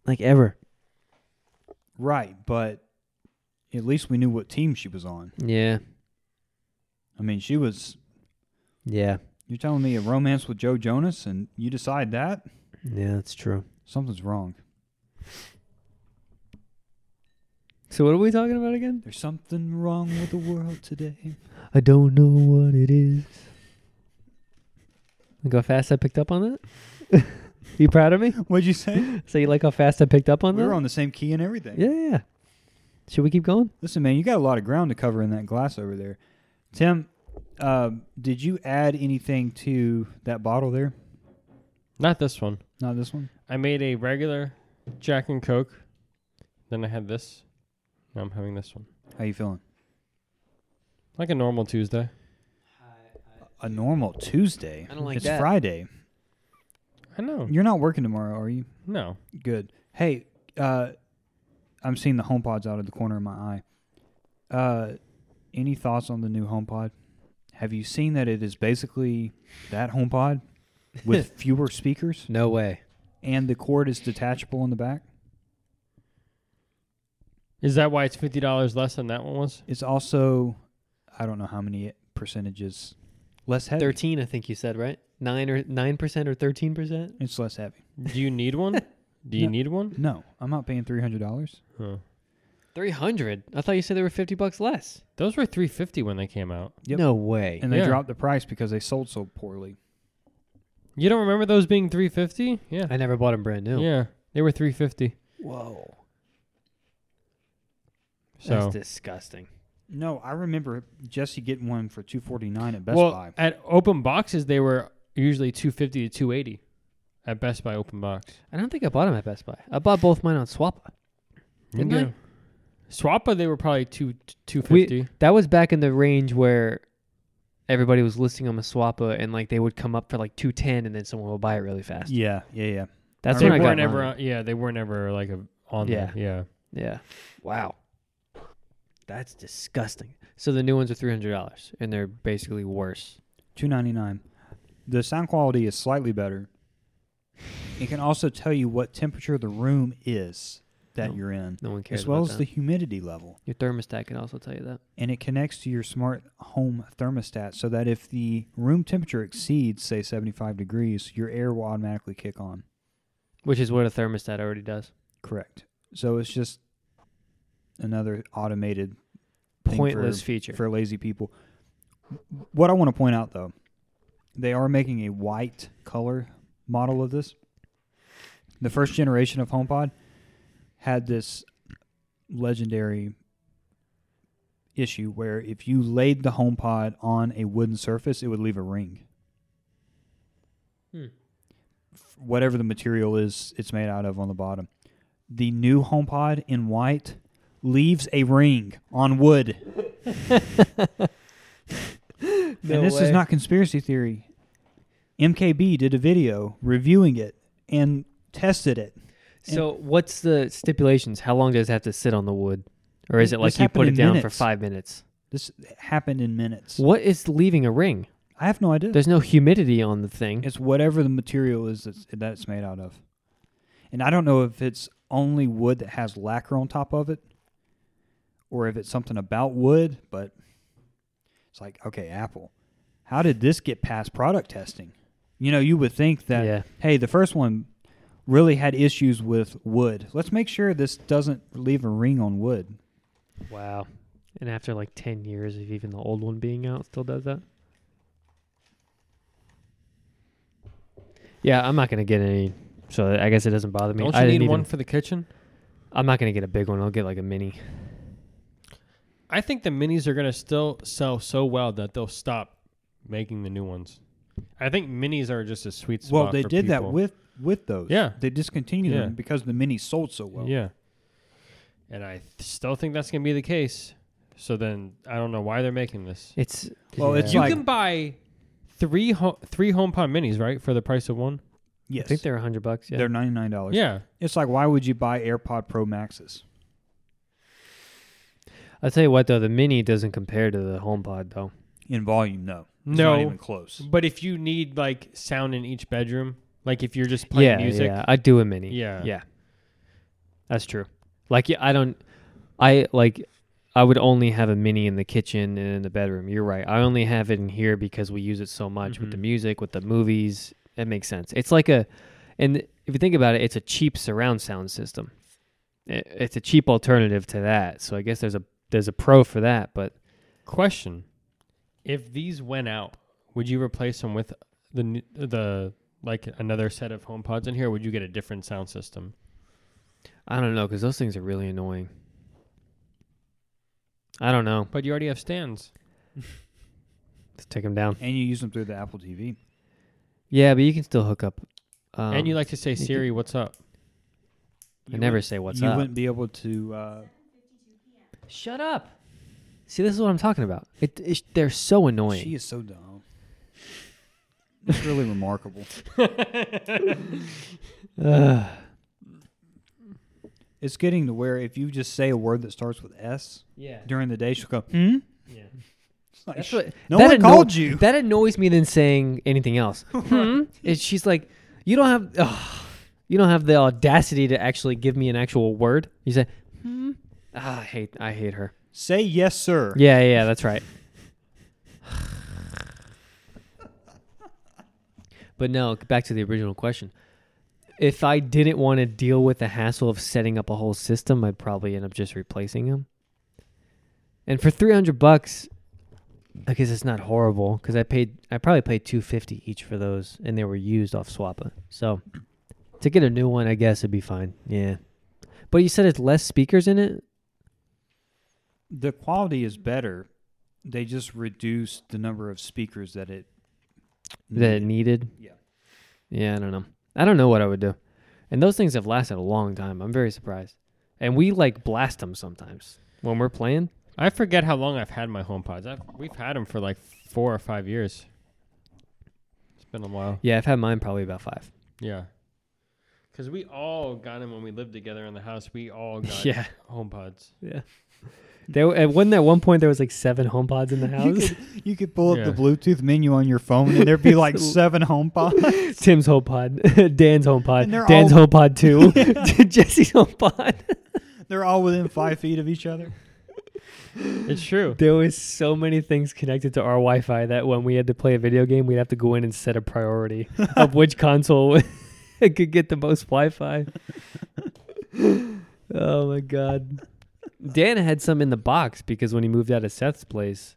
B: Like ever.
C: Right, but at least we knew what team she was on.
B: Yeah.
C: I mean, she was.
B: Yeah.
C: You're telling me a romance with Joe Jonas and you decide that?
B: Yeah, that's true.
C: Something's wrong.
B: So what are we talking about again?
C: There's something wrong with the world today.
B: I don't know what it is. Look how fast I picked up on that. you proud of me?
C: What'd you say?
B: So you like how fast I picked up on
C: we
B: that?
C: were on the same key and everything.
B: yeah, yeah. Should we keep going?
C: Listen, man, you got a lot of ground to cover in that glass over there. Tim, um, did you add anything to that bottle there?
A: Not this one.
C: Not this one.
A: I made a regular Jack and Coke. Then I had this. Now I'm having this one.
C: How you feeling?
A: Like a normal Tuesday.
C: A normal Tuesday.
B: I don't like
C: it's
B: that.
C: Friday.
A: I know.
C: You're not working tomorrow, are you?
A: No.
C: Good. Hey, uh, I'm seeing the HomePods out of the corner of my eye. Uh, any thoughts on the new HomePod? Have you seen that it is basically that HomePod with fewer speakers
B: No way.
C: and the cord is detachable in the back?
A: Is that why it's fifty dollars less than that one was?
C: It's also, I don't know how many percentages less heavy.
B: Thirteen, I think you said, right? Nine or nine percent or thirteen percent?
C: It's less heavy.
A: Do you need one? Do you
C: No.
A: need one?
C: No, I'm not paying three hundred dollars.
A: Huh.
B: Three hundred. I thought you said they were fifty bucks less.
A: Those were three fifty when they came out.
C: Yep.
B: No way.
C: And they
A: Yeah.
C: dropped the price because they sold so poorly.
A: You don't remember those being three fifty? Yeah.
B: I never bought them brand new.
A: Yeah. They were three fifty.
B: Whoa.
A: So
B: That's disgusting.
C: No, I remember Jesse getting one for two forty nine at Best
A: well,
C: Buy.
A: at open boxes they were usually two fifty to two eighty. At Best Buy open box.
B: I don't think I bought them at Best Buy. I bought both mine on Swappa. Didn't I?
A: Swappa they were probably two two
B: We-
A: fifty.
B: That was back in the range where everybody was listing them as Swappa, and like they would come up for like two ten, and then someone would buy it really fast.
C: Yeah, yeah, yeah.
B: That's
C: I
A: they
B: when I got
A: weren't
B: mine.
A: ever. on- Yeah, they weren't ever like a on there. Yeah.
B: Yeah. Wow. That's disgusting. So the new ones are three hundred dollars, and they're basically worse.
C: Two ninety nine. The sound quality is slightly better. It can also tell you what temperature the room is that
B: Oh,
C: you're in,
B: No one cares.
C: as well
B: about
C: as the
B: that.
C: humidity level.
B: your thermostat can also tell you that.
C: And it connects to your smart home thermostat so that if the room temperature exceeds, say, 75 degrees, your air will automatically kick on.
B: Which is what a thermostat already does.
C: Correct. So it's just another automated thing for-
B: Pointless feature.
C: for lazy people. What I want to point out though, they are making a white color model of this. The first generation of HomePod had this legendary issue where if you laid the HomePod on a wooden surface, it would leave a ring.
B: Hmm.
C: F- Whatever the material is, it's made out of on the bottom. The new HomePod in white leaves a ring on wood.
B: No
C: and this
B: way.
C: is not conspiracy theory. MKB did a video reviewing it and tested it.
B: So what's the stipulations? How long does it have to sit on the wood, or is
C: Th-
B: it like
C: this
B: you put
C: happened
B: it
C: in
B: down for
C: minutes.
B: five minutes?
C: This happened in minutes.
B: What is leaving a ring?
C: I have no idea.
B: There's no humidity on the thing.
C: it's whatever the material is that's, that it's made out of. And I don't know if it's only wood that has lacquer on top of it or if it's something about wood, but it's like, okay, Apple, how did this get past product testing? You know, you would think that
B: yeah.
C: hey, the first one really had issues with wood. Let's make sure this doesn't leave a ring on wood.
B: Wow. And after like ten years of even the old one being out, it still does that. Yeah, I'm not gonna get any. So I guess it doesn't bother me.
A: Don't
B: I
A: you
B: didn't
A: need one
B: even-
A: for the kitchen?
B: I'm not gonna get a big one. I'll get like a mini.
A: I think the minis are gonna still sell so well that they'll stop making the new ones. I think minis are just a sweet spot.
C: well, they
A: for
C: did that
A: people.
C: with with those.
A: Yeah.
C: they discontinued
A: Yeah.
C: them because the mini sold so well.
A: Yeah. And I th- still think that's going to be the case. So then I don't know why they're making this.
B: It's
C: Well, it's
A: you
C: like-
A: can buy three ho- three HomePod minis, right, for the price of one?
C: Yes,
B: I think they're a hundred bucks. Yeah.
C: they're ninety nine dollars.
A: Yeah.
C: it's like why would you buy AirPod Pro Maxes?
B: I'll tell you what though, the mini doesn't compare to the HomePod though.
C: In volume, no, It's
A: No.
C: not even close.
A: But if you need like sound in each bedroom, like if you're just playing
B: yeah,
A: music,
B: yeah. I do a mini.
A: Yeah.
B: yeah. That's true. Like yeah, I don't, I like, I would only have a mini in the kitchen and in the bedroom. You're right. I only have it in here because we use it so much with the
A: Mhm.
B: music, with the movies. It makes sense. It's like a, and if you think about it, it's a cheap surround sound system. It, it's a cheap alternative to that. So I guess there's a there's a pro for that, but
A: question: If these went out, would you replace them with the n- the like another set of HomePods in here? Or would you get a different sound system?
B: I don't know because those things are really annoying. I don't know.
A: But you already have stands.
B: Let's take them down.
C: And you use them through the Apple TV.
B: Yeah, but you can still hook up. Um,
A: and you like to say
B: you could-
A: Siri, "What's up?"
B: I
C: You
B: never
C: wouldn't-
B: say what's
C: you
B: up.
C: wouldn't be able to. Uh,
B: Shut up. See, this is what I'm talking about. It, it they're so annoying.
C: she is so dumb. It's really remarkable.
B: Ugh.
C: It's getting to where if you just say a word that starts with S
B: yeah.
C: during the day, she'll go, "Hmm."
A: Yeah.
C: It's like,
B: That's
C: "Sh-
B: what,
C: no
B: that
C: one
B: anno-
C: called you.
B: That annoys me than saying anything else. hmm? And she's like, you don't have, ugh, you don't have the audacity to actually give me an actual word. You say, hmm. Ah, I hate, I hate her.
C: Say yes, sir.
B: Yeah, yeah, yeah, that's right. but no, back to the original question. If I didn't want to deal with the hassle of setting up a whole system, I'd probably end up just replacing them. And for 300 bucks, I guess it's not horrible cuz I paid I probably paid 250 each for those and they were used off Swappa. So to get a new one, I guess it'd be fine. Yeah. But you said it's less speakers in it?
C: The quality is better. They just reduced the number of speakers that it.
B: that it needed.
C: Mm-hmm. Yeah.
B: Yeah, I don't know. I don't know what I would do. And those things have lasted a long time. I'm very surprised. And we like blast them sometimes when we're playing.
A: I forget how long I've had my HomePods. I've, we've had them for like four or five years. It's been a while.
B: Yeah, I've had mine probably about five.
A: Yeah. Because we all got them when we lived together in the house. We all got
B: yeah,
A: HomePods.
B: yeah. There w- at one at one point there was like seven home pods in the
C: You
B: house.
C: could, you could pull up
A: Yeah.
C: the Bluetooth menu on your phone, and there'd be like seven home pods.
B: Tim's home pod, Dan's home pod,
C: And they're
B: Dan's
C: all-
B: home pod two, Jesse's home pod.
C: They're all within five feet of each other.
A: It's true.
B: There was so many things connected to our Wi-Fi that when we had to play a video game, we'd have to go in and set a priority of which console could get the most Wi-Fi. oh my god! Dan had some in the box because when he moved out of Seth's place,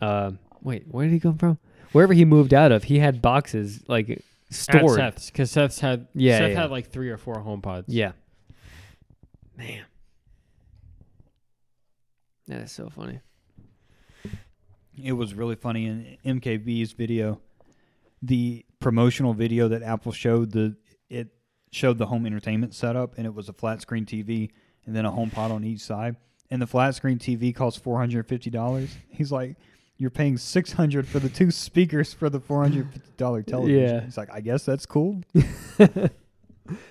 B: uh, wait, where did he come from? Wherever he moved out of, he had boxes like
A: At
B: stored.
A: Seth's, because Seth's had
B: Yeah,
A: Seth
B: yeah.
A: had like three or four HomePods.
B: Yeah. Man. That is so funny.
C: It was really funny in MKB's video, the promotional video that Apple showed. The it showed the home entertainment setup, and it was a flat screen TV and then a home pod on each side. And the flat screen TV costs four hundred fifty dollars. He's like, "You're paying six hundred for the two speakers for the four hundred fifty dollar television."
B: Yeah.
C: He's like, "I guess that's cool."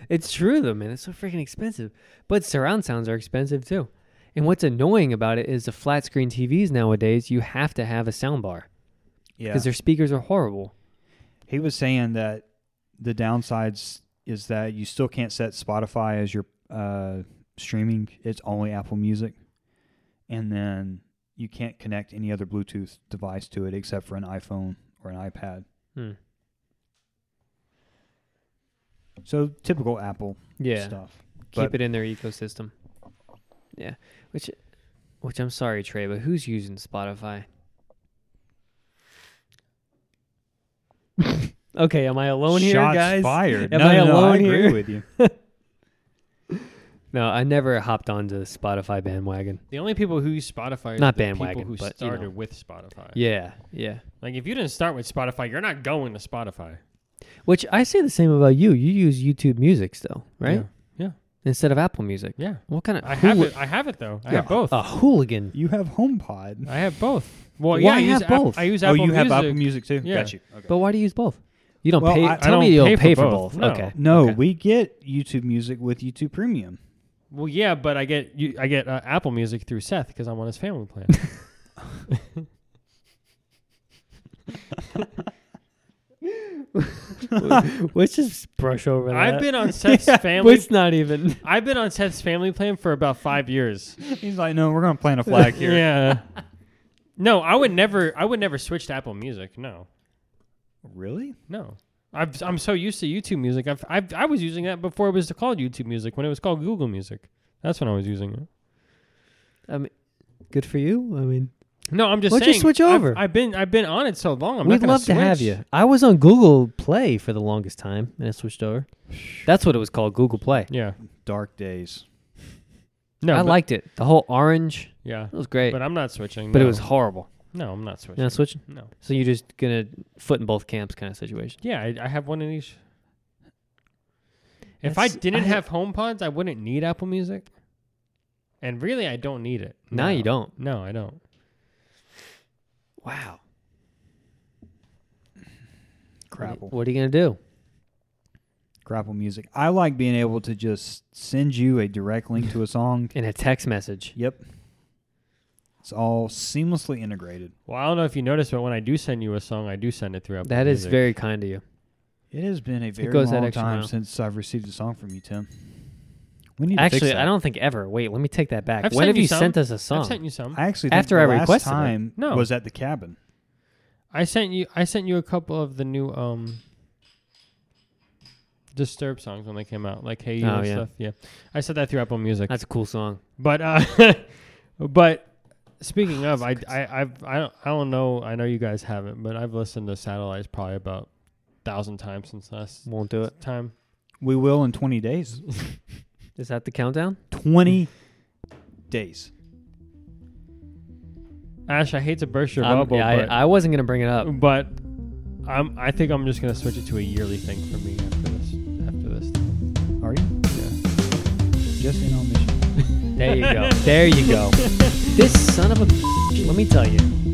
B: It's true though, man. It's so freaking expensive. But surround sounds are expensive too. And what's annoying about it is the flat screen TVs nowadays, you have to have a sound bar
C: Yeah,
B: because their speakers are horrible.
C: He was saying that the downsides is that you still can't set Spotify as your uh, streaming. It's only Apple Music, and then you can't connect any other Bluetooth device to it except for an iPhone or an iPad.
B: Hmm.
C: So typical Apple
B: Yeah.
C: stuff.
B: Keep
C: but-
B: it in their ecosystem. Yeah. Which which I'm sorry, Trey, but who's using Spotify? okay, am I alone here,
C: Shots
B: guys?
C: fired.
B: Am
C: no,
B: I
C: no, no,
B: alone
C: I agree
B: here?
C: with you.
B: No, I never hopped onto the Spotify bandwagon.
A: The only people who use Spotify are
B: Not
A: the
B: bandwagon,
A: people who
B: but, you
A: started
B: know.
A: with Spotify.
B: Yeah, yeah.
A: Like if you didn't start with Spotify, you're not going to Spotify.
B: Which I say the same about you. You use YouTube Music still, right?
A: Yeah.
B: Instead of Apple Music.
A: Yeah.
B: What kind of
A: I have it. I have it though. I have both.
B: A hooligan.
C: You have HomePod.
A: I have both. Well,
B: Uh, Why
A: yeah, I
B: have
A: use Apple-
B: both?
A: I use
C: oh,
A: Apple
C: you have Apple
A: Music.
C: Music too.
A: Yeah.
C: Got you. Okay.
B: But why do you use both? You don't
C: Well,
B: pay.
C: I- I
B: tell me
A: don't
B: you
A: pay for
B: don't pay for
A: both.
B: both.
A: No.
B: Okay.
C: no,
A: Okay.
C: we get YouTube Music with YouTube Premium.
A: Well, yeah, but I get you, I get uh, Apple Music through Seth because I'm on his family plan.
B: Let's just brush over that.
A: I've been on Seth's family.
B: It's not even.
A: I've been on Seth's family plan for about five years.
C: He's like, no, we're gonna plant a flag here.
A: Yeah. no, I would never. I would never switch to Apple Music. No,
C: Really?
A: no. I've, I'm so used to YouTube Music. I've, I've, I was using that before it was called YouTube Music. When it was called Google Music, that's when I was using it.
B: I mean, good for you. I mean,
A: No, I'm just
B: Why don't you
A: saying.
B: switch
A: I've-
B: over?
A: I've, been I've been on it so long. I'm not
B: we'd
A: gonna
B: love to have
A: switch.
B: you. I was on Google Play for the longest time, and I switched over. That's what it was called, Google Play.
A: Yeah.
C: Dark days.
A: No,
B: I
A: but-
B: liked it. The whole orange,
A: Yeah,
B: it was great,
A: but
B: but,
A: I'm not switching.
B: it
A: no.
B: was horrible.
A: No, I'm not
B: You
A: switching.
B: know, switching.
A: No.
B: So you're just gonna foot in both camps kind of situation.
A: Yeah, I, I have one in each. If I
B: That's-
A: didn't
B: I-
A: have HomePods, I wouldn't need Apple Music. And really, I don't need it.
B: Now you don't.
A: No, I don't.
B: Wow.
C: Crapple.
B: What are you gonna do?
C: Grapple music. I like being able to just send you a direct link to a song.
B: In a text message.
C: Yep. It's all seamlessly integrated.
A: Well, I don't know if you noticed, but when I do send you a song, I do send it through Apple
B: That is
A: Music.
B: very kind of you.
C: It has been a very
B: goes that
C: long
B: extra
C: time
B: mile.
C: since I've received a song from you, Tim. We need to fix
B: Actually,
C: that.
B: I don't think ever. Wait, let me take that back.
A: I've
B: when
A: sent
B: have
A: you
B: you
A: some.
B: sent us a
A: I've
B: song?
A: sent you some.
C: I actually think
B: After
C: the
B: I
C: last
B: requested it.
C: time
A: No.
C: was at the cabin.
A: I sent you. I sent you a couple of the new um Disturbed songs when they came out, like Hey You
B: Oh,
A: and
B: yeah.
A: stuff. Yeah, I sent that through Apple Music.
B: That's a cool song.
A: But uh, but speaking of, I
B: That's good.
A: I I've, I don't I don't know. I know you guys haven't, but I've listened to Satellites probably about thousand times since last
B: Won't do it.
A: time.
C: We will in 20 days.
B: Is that the countdown?
C: 20 days.
A: Ash, I hate to burst your
B: Um,
A: bubble,
B: yeah,
A: but,
B: I, I wasn't gonna bring it up.
A: but I'm I think I'm just gonna switch it to a yearly thing for me after this after this.
C: Are you? Just in on mission.
B: There you go. there you go. This son of a. Let me tell you.